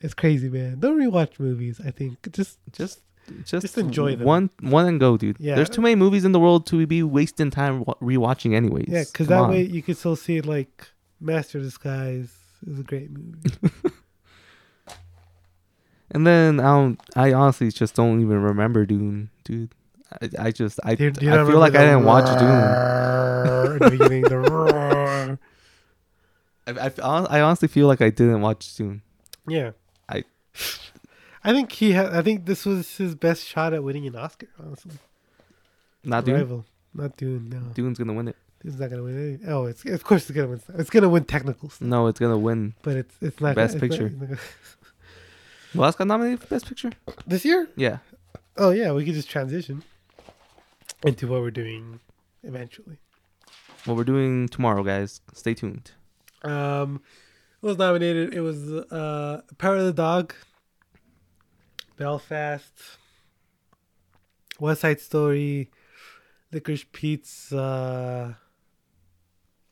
[SPEAKER 1] it's crazy, man. Don't rewatch movies. I think just
[SPEAKER 2] just just,
[SPEAKER 1] Just enjoy them.
[SPEAKER 2] one one and go, dude.
[SPEAKER 1] Yeah.
[SPEAKER 2] There's too many movies in the world to be wasting time wa- rewatching, anyways.
[SPEAKER 1] yeah, because
[SPEAKER 2] Come
[SPEAKER 1] that
[SPEAKER 2] on.
[SPEAKER 1] way you could still see like Master of Disguise is a great movie.
[SPEAKER 2] And then I don't. I honestly just don't even remember Dune, dude. I, I just I,
[SPEAKER 1] Do you- do you
[SPEAKER 2] I
[SPEAKER 1] not
[SPEAKER 2] feel like I didn't
[SPEAKER 1] remember
[SPEAKER 2] watch
[SPEAKER 1] the
[SPEAKER 2] Doom.
[SPEAKER 1] in the beginning, the roar.
[SPEAKER 2] I, I, hon- I honestly feel like I didn't watch Doom.
[SPEAKER 1] Yeah.
[SPEAKER 2] I-
[SPEAKER 1] I think he had. I think this was his best shot at winning an Oscar. Honestly,
[SPEAKER 2] Not Doom.
[SPEAKER 1] rival, not Dune. No,
[SPEAKER 2] Dune's gonna win it.
[SPEAKER 1] Dune's not gonna win. Any. Oh, it's of course it's gonna win. It's gonna win technical stuff,
[SPEAKER 2] No, it's gonna win.
[SPEAKER 1] but it's it's not
[SPEAKER 2] Best
[SPEAKER 1] it's not-
[SPEAKER 2] Picture.
[SPEAKER 1] it's not gonna-
[SPEAKER 2] Well, that's got nominated for Best Picture.
[SPEAKER 1] this year.
[SPEAKER 2] Yeah,
[SPEAKER 1] Oh yeah, we could just transition into what we're doing eventually.
[SPEAKER 2] what we're doing tomorrow, guys. Stay tuned.
[SPEAKER 1] Um, it was nominated. It was uh, Power of the Dog, Belfast, West Side Story, Licorice Pizza.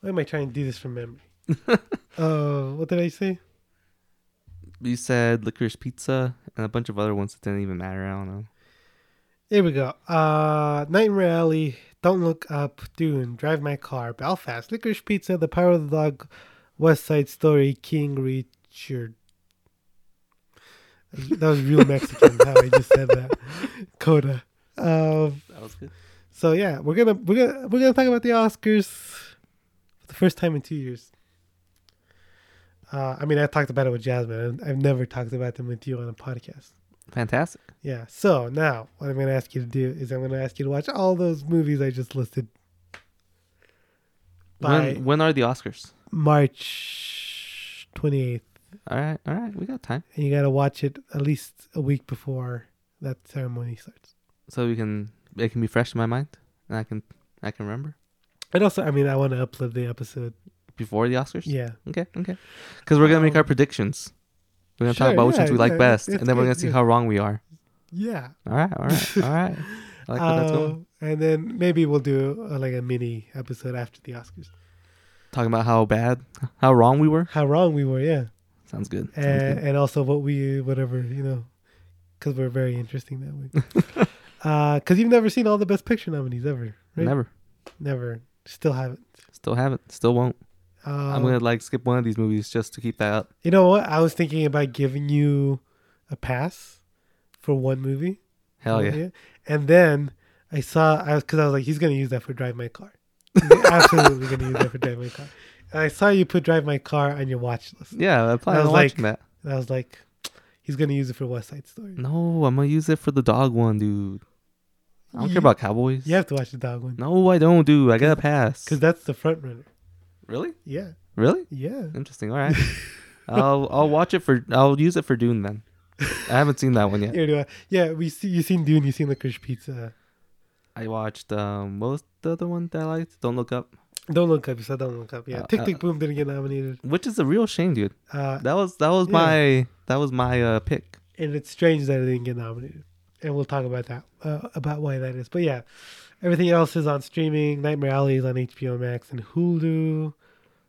[SPEAKER 1] Why am I trying to do this from memory? Oh, what did I say?
[SPEAKER 2] You said Licorice Pizza and a bunch of other ones that didn't even matter. I don't know.
[SPEAKER 1] Here we go. Uh, Nightmare Alley, Don't Look Up, Dune, Drive My Car, Belfast, Licorice Pizza, The Power of the Dog, West Side Story, King Richard. That was real Mexican how I just said that. Coda. Um,
[SPEAKER 2] That was good.
[SPEAKER 1] so yeah, we're gonna we're gonna we're gonna talk about the Oscars for the first time in two years. Uh, I mean, I talked about it with Jasmine. I've never talked about them with you on a podcast.
[SPEAKER 2] Fantastic.
[SPEAKER 1] Yeah. So now what I'm going to ask you to do is I'm going to ask you to watch all those movies I just listed by
[SPEAKER 2] When when are the Oscars?
[SPEAKER 1] March 28th.
[SPEAKER 2] All right, all right, we got time,
[SPEAKER 1] And you got to watch it at least a week before that ceremony starts.
[SPEAKER 2] so we can it can be fresh in my mind, and I can I can remember
[SPEAKER 1] And also, I mean, I want to upload the episode.
[SPEAKER 2] before the Oscars.
[SPEAKER 1] Yeah.
[SPEAKER 2] Okay, okay. Because we're gonna make our predictions. We're gonna
[SPEAKER 1] Sure,
[SPEAKER 2] talk about which
[SPEAKER 1] yeah,
[SPEAKER 2] ones we like
[SPEAKER 1] yeah,
[SPEAKER 2] best,
[SPEAKER 1] it's
[SPEAKER 2] and then we're
[SPEAKER 1] good,
[SPEAKER 2] gonna see
[SPEAKER 1] yeah.
[SPEAKER 2] how wrong we are.
[SPEAKER 1] Yeah.
[SPEAKER 2] All right, all right, all right. I like where that's going.
[SPEAKER 1] Uh, and then maybe we'll do uh, like a mini episode after the Oscars.
[SPEAKER 2] Talking about how bad, how wrong we were.
[SPEAKER 1] How wrong we were. Yeah.
[SPEAKER 2] Sounds good. Sounds
[SPEAKER 1] and,
[SPEAKER 2] good.
[SPEAKER 1] and also what we whatever you know because we're very interesting that way because you've never seen all the best picture nominees ever right
[SPEAKER 2] Never,
[SPEAKER 1] never still haven't
[SPEAKER 2] still haven't, still won't.
[SPEAKER 1] um,
[SPEAKER 2] I'm gonna like skip one of these movies just to keep that up.
[SPEAKER 1] you know what i was thinking about giving you a pass for one movie
[SPEAKER 2] Hell yeah.
[SPEAKER 1] and then i saw i was because i was like he's gonna use that for drive my car He's absolutely gonna use that for drive my car and i saw you put drive my car on your watch list
[SPEAKER 2] Yeah, I plan
[SPEAKER 1] I
[SPEAKER 2] on
[SPEAKER 1] was like-
[SPEAKER 2] watching that.
[SPEAKER 1] and i was like he's gonna use it for west side story
[SPEAKER 2] No, I'm gonna use it for the dog one, dude. I don't
[SPEAKER 1] You-
[SPEAKER 2] care about cowboys.
[SPEAKER 1] you have to watch the dog one
[SPEAKER 2] No, I don't, dude. I gotta pass.
[SPEAKER 1] because that's the front runner
[SPEAKER 2] really,
[SPEAKER 1] Yeah,
[SPEAKER 2] really.
[SPEAKER 1] yeah.
[SPEAKER 2] Interesting. All right. I'll I'll watch it for I'll use it for Dune then. I haven't seen that one yet.
[SPEAKER 1] Here do I. Yeah, we see you seen Dune, you seen Licorice Pizza.
[SPEAKER 2] I watched um what was the other one that I liked? Don't look up.
[SPEAKER 1] Don't look up. You said don't look up. Yeah,
[SPEAKER 2] Uh,
[SPEAKER 1] Tick
[SPEAKER 2] uh,
[SPEAKER 1] Tick Boom didn't get nominated.
[SPEAKER 2] Which is a real shame, dude.
[SPEAKER 1] Uh,
[SPEAKER 2] That was that was
[SPEAKER 1] Yeah.
[SPEAKER 2] my that was my uh pick.
[SPEAKER 1] and it's strange that it didn't get nominated. And we'll talk about that uh, about why that is. But yeah, everything else is on streaming. Nightmare Alley is on HBO Max and Hulu.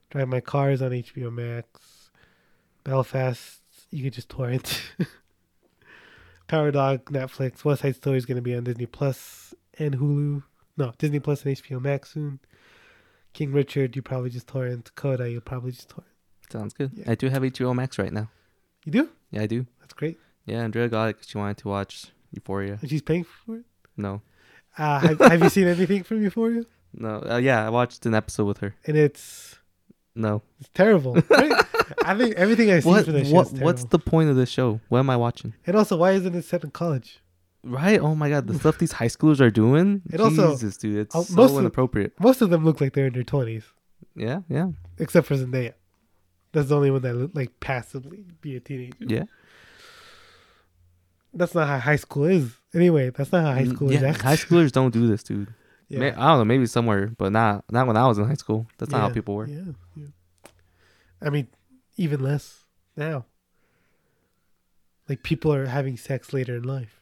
[SPEAKER 1] Drive My Car is on HBO Max. Belfast, you could just torrent. Power Dog, Netflix. West Side Story is going to be on Disney Plus and Hulu. No, Disney Plus and HBO Max soon. King Richard, you probably just torrent. Coda, you probably just torrent.
[SPEAKER 2] Sounds good.
[SPEAKER 1] Yeah.
[SPEAKER 2] I do have HBO Max right now.
[SPEAKER 1] You do?
[SPEAKER 2] Yeah, I do.
[SPEAKER 1] That's great.
[SPEAKER 2] Yeah, Andrea got it 'cause she wanted to watch Euphoria.
[SPEAKER 1] And she's paying for it.
[SPEAKER 2] No,
[SPEAKER 1] Uh, have, have you seen anything from Euphoria?
[SPEAKER 2] no. Uh, yeah, I watched an episode with her.
[SPEAKER 1] and it's
[SPEAKER 2] No.
[SPEAKER 1] it's terrible. right? I think everything I see
[SPEAKER 2] What,
[SPEAKER 1] for this show
[SPEAKER 2] what
[SPEAKER 1] is
[SPEAKER 2] what's
[SPEAKER 1] terrible.
[SPEAKER 2] the point of this show? What am I watching?
[SPEAKER 1] and also, why isn't it set in college?
[SPEAKER 2] Right? Oh my god, the stuff these high schoolers are doing.
[SPEAKER 1] It also-
[SPEAKER 2] Jesus, dude, it's
[SPEAKER 1] uh, most
[SPEAKER 2] so
[SPEAKER 1] of-
[SPEAKER 2] inappropriate.
[SPEAKER 1] Most of them look like they're in their twenties,
[SPEAKER 2] Yeah, yeah,
[SPEAKER 1] except for Zendaya. That's the only one that look like passively be a teenager.
[SPEAKER 2] yeah.
[SPEAKER 1] That's not how high school is. Anyway, that's not how high
[SPEAKER 2] Mm,
[SPEAKER 1] school
[SPEAKER 2] yeah,
[SPEAKER 1] is. Act.
[SPEAKER 2] high schoolers don't do this, dude.
[SPEAKER 1] yeah.
[SPEAKER 2] May, I don't know, maybe somewhere, but not not when I was in high school. That's not how
[SPEAKER 1] Yeah,
[SPEAKER 2] people were.
[SPEAKER 1] Yeah, yeah. I mean, even less now. Like people are having sex later in life.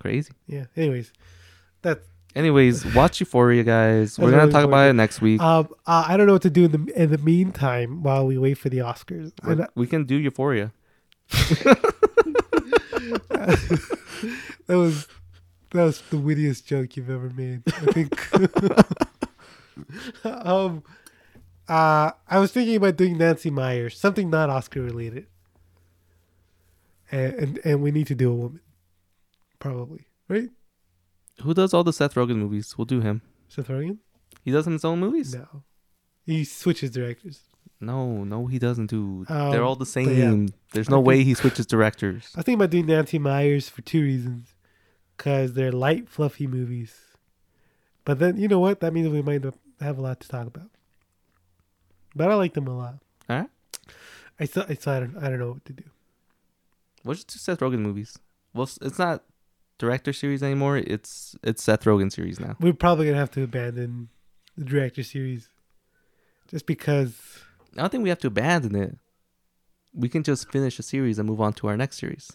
[SPEAKER 2] Crazy.
[SPEAKER 1] Yeah. Anyways, that's
[SPEAKER 2] Anyways, watch Euphoria, guys. We're
[SPEAKER 1] That's
[SPEAKER 2] gonna
[SPEAKER 1] really
[SPEAKER 2] talk about
[SPEAKER 1] important.
[SPEAKER 2] it next week.
[SPEAKER 1] Um, uh, I don't know what to do in the in the meantime while we wait for the Oscars.
[SPEAKER 2] We're-
[SPEAKER 1] And, uh,
[SPEAKER 2] we can do Euphoria.
[SPEAKER 1] that was that was the wittiest joke you've ever made. I think. um, uh, I was thinking about doing Nancy Myers, something not Oscar related, and and, and we need to do a woman, probably right.
[SPEAKER 2] Who does all the Seth Rogen movies? We'll do him.
[SPEAKER 1] Seth Rogen?
[SPEAKER 2] He does his own movies.
[SPEAKER 1] No. He switches directors.
[SPEAKER 2] No, no, he doesn't, dude.
[SPEAKER 1] Oh,
[SPEAKER 2] They're all the
[SPEAKER 1] but yeah.
[SPEAKER 2] same. There's no
[SPEAKER 1] Okay.
[SPEAKER 2] way he switches directors.
[SPEAKER 1] I think about doing Nancy Myers for two reasons. Because they're light, fluffy movies. But then, you know what? That means we might have a lot to talk about. But I like them a lot.
[SPEAKER 2] All right.
[SPEAKER 1] I still, I still I don't, I don't know what to do.
[SPEAKER 2] What's two Seth Rogen movies? Well, s- it's not director series anymore. It's it's Seth Rogen series now.
[SPEAKER 1] We're probably gonna have to abandon the director series, just because.
[SPEAKER 2] I don't think we have to abandon it. We can just finish a series and move on to our next series.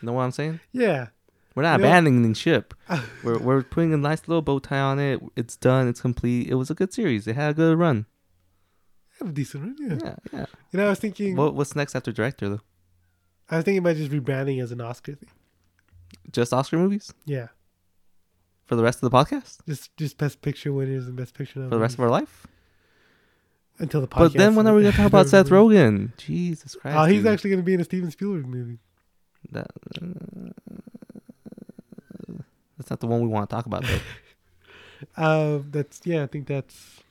[SPEAKER 2] know what I'm saying?
[SPEAKER 1] Yeah,
[SPEAKER 2] We're not
[SPEAKER 1] You know-
[SPEAKER 2] abandoning ship. we're we're putting a nice little bow tie on it. It's done. It's complete. It was a good series. It had a good run.
[SPEAKER 1] have a decent run. Yeah.
[SPEAKER 2] Yeah, yeah.
[SPEAKER 1] You know, I was thinking,
[SPEAKER 2] What what's next after director though?
[SPEAKER 1] I was thinking about just rebranding as an Oscar thing.
[SPEAKER 2] Just Oscar movies
[SPEAKER 1] Yeah,
[SPEAKER 2] for the rest of the podcast
[SPEAKER 1] just just best picture winners and best picture
[SPEAKER 2] for the rest of our life.
[SPEAKER 1] until the podcast.
[SPEAKER 2] But then when are we gonna talk about Seth Rogen? Jesus Christ!
[SPEAKER 1] Oh, he's
[SPEAKER 2] dude.
[SPEAKER 1] actually gonna be in a Steven Spielberg movie.
[SPEAKER 2] That, that's not the one we want to talk about though.
[SPEAKER 1] Um, that's yeah. I think that's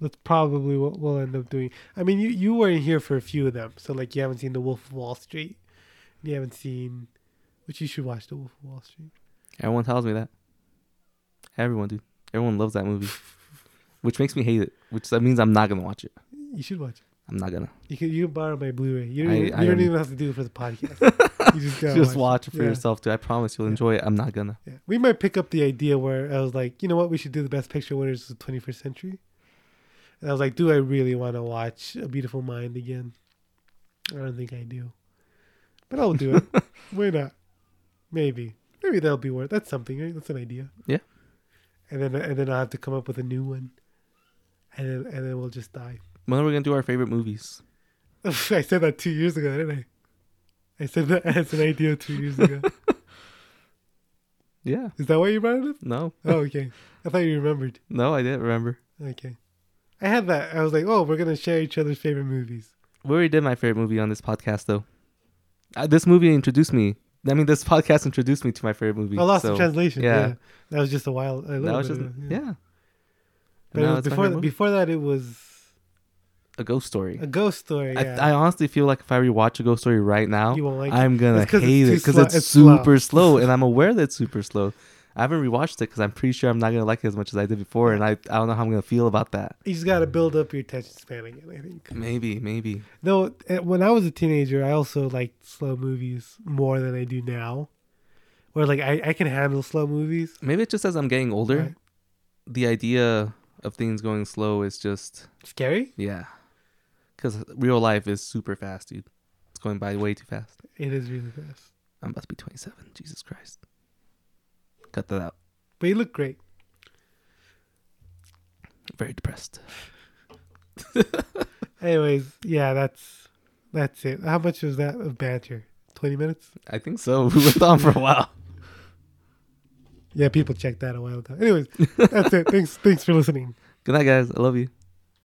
[SPEAKER 1] that's probably what we'll end up doing. I mean, you you weren't here for a few of them, so like you haven't seen The Wolf of Wall Street, you haven't seen, which you should watch The Wolf of Wall Street.
[SPEAKER 2] Everyone tells me that. Everyone, dude. Everyone loves that movie, which makes me hate it. Which that means I'm not gonna watch it.
[SPEAKER 1] You should watch. it.
[SPEAKER 2] I'm not gonna.
[SPEAKER 1] You can you can borrow my Blu-ray. You don't,
[SPEAKER 2] I-
[SPEAKER 1] even,
[SPEAKER 2] I
[SPEAKER 1] you don't
[SPEAKER 2] am-
[SPEAKER 1] even have to do it for the podcast. you just, gotta
[SPEAKER 2] Just watch it for
[SPEAKER 1] Yeah,
[SPEAKER 2] yourself, dude. I promise you'll enjoy it. I'm not gonna.
[SPEAKER 1] Yeah. We might pick up the idea where I was like, you know what, we should do the best picture winners of the 21st century. And I was like, do I really want to watch A Beautiful Mind again? I don't think I do, but I'll do it. Why not? Maybe, maybe that'll be worth. That's something. Right? That's an idea.
[SPEAKER 2] Yeah.
[SPEAKER 1] And then and then I'll have to come up with a new one, and then and then we'll just die.
[SPEAKER 2] When are we gonna do our favorite movies?
[SPEAKER 1] I said that two years ago, didn't I? I said that as an idea two years ago.
[SPEAKER 2] Yeah.
[SPEAKER 1] Is that why you brought it up?
[SPEAKER 2] No.
[SPEAKER 1] Oh, okay. I thought you remembered.
[SPEAKER 2] No, I didn't remember.
[SPEAKER 1] Okay. I had that. I was like, oh, we're going to share each other's favorite movies.
[SPEAKER 2] We already did my favorite movie on this podcast though. Uh, this movie introduced me. I mean, this podcast introduced me to my favorite movie.
[SPEAKER 1] I lost
[SPEAKER 2] so,
[SPEAKER 1] the translation. Yeah.
[SPEAKER 2] yeah.
[SPEAKER 1] That was just a while. A little
[SPEAKER 2] That was
[SPEAKER 1] bit
[SPEAKER 2] just
[SPEAKER 1] ago,
[SPEAKER 2] yeah.
[SPEAKER 1] But
[SPEAKER 2] Now
[SPEAKER 1] it was
[SPEAKER 2] it's
[SPEAKER 1] before,
[SPEAKER 2] my favorite
[SPEAKER 1] that,
[SPEAKER 2] movie.
[SPEAKER 1] before that, it was
[SPEAKER 2] a ghost story.
[SPEAKER 1] a ghost story.
[SPEAKER 2] I,
[SPEAKER 1] Yeah.
[SPEAKER 2] I honestly feel like if I rewatch a ghost story right now,
[SPEAKER 1] You won't like it.
[SPEAKER 2] I'm gonna
[SPEAKER 1] It's 'cause it's
[SPEAKER 2] hate it
[SPEAKER 1] too
[SPEAKER 2] because
[SPEAKER 1] slow-
[SPEAKER 2] it's,
[SPEAKER 1] it's slow.
[SPEAKER 2] super slow, and I'm aware that it's super slow. I haven't rewatched it because I'm pretty sure I'm not gonna like it as much as I did before, and I, I don't know how I'm gonna feel about that.
[SPEAKER 1] you just got to build up your attention span again, I think.
[SPEAKER 2] Maybe, maybe.
[SPEAKER 1] No, eh, when I was a teenager, I also liked slow movies more than I do now. Where, like, I, I can handle slow movies.
[SPEAKER 2] Maybe it's just as I'm getting older,
[SPEAKER 1] Right.
[SPEAKER 2] the idea of things going slow is just
[SPEAKER 1] Scary?
[SPEAKER 2] yeah, because real life is super fast, dude. It's going by way too fast.
[SPEAKER 1] It is really fast.
[SPEAKER 2] I'm about to be 27. Jesus Christ. Cut that out.
[SPEAKER 1] But you look great.
[SPEAKER 2] Very depressed.
[SPEAKER 1] Anyways, yeah, that's that's it. How much was that of banter? Twenty minutes?
[SPEAKER 2] I think so. We went on for a while.
[SPEAKER 1] Yeah, people checked that a while ago. Anyways, that's it. Thanks, thanks for listening.
[SPEAKER 2] Good night, guys. I love you.